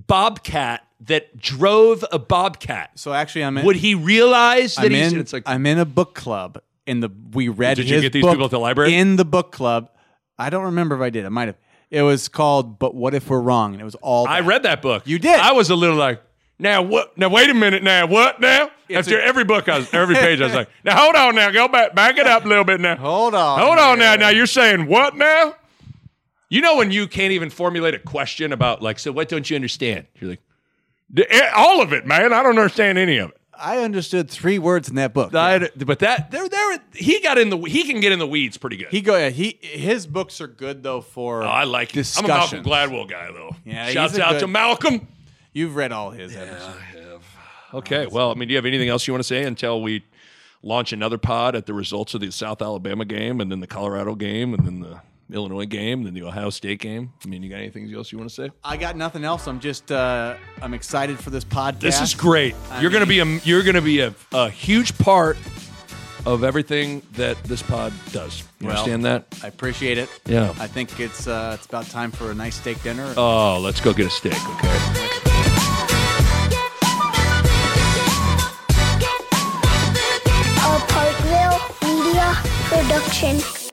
bobcat that drove a bobcat?
so actually, I'm in.
Would he realize that
I'm
he's?
in,
it's like
I'm in a book club, and the we read.
Did you
his
get these
book
people at the library?
in the book club? I don't remember if I did. I might have. It was called "But What If We're Wrong," and it was all.
I
that.
read that book.
You did.
I was a little like, now what? Now wait a minute. Now what? Now after every book, I was, every page, I was like, now hold on. Now go back, back it up a little bit. Now
Hold on.
Hold on now.
here.
Now you're saying what now? You know when you can't even formulate a question about like, so what don't you understand? You're like, "D- eh, all of it, man. I don't understand any of it.
I understood three words in that book.
I- but that there, there, he got in the he can get in the weeds pretty good.
He go. yeah, He his books are good though for.
Oh, I like it. I'm a Malcolm
discussion.
Gladwell guy though.
Yeah, he's
shouts
a
out
good-
to Malcolm.
You've read all his. haven't you?
Okay, well, I mean, do you have anything else you want to say until we launch another pod at the results of the South Alabama game, and then the Colorado game, and then the Illinois game, and then the Ohio State game? I mean, you got anything else you want to say?
I got nothing else. I'm just. Uh, I'm excited for this podcast.
This is great. you're gonna be a you're gonna be a, a huge part of everything that this pod does. You
Well-
understand that?
I appreciate it.
Yeah.
I think it's uh, it's about time for a nice steak dinner.
Oh, let's go get a steak. Okay.
A Parkville Media Production.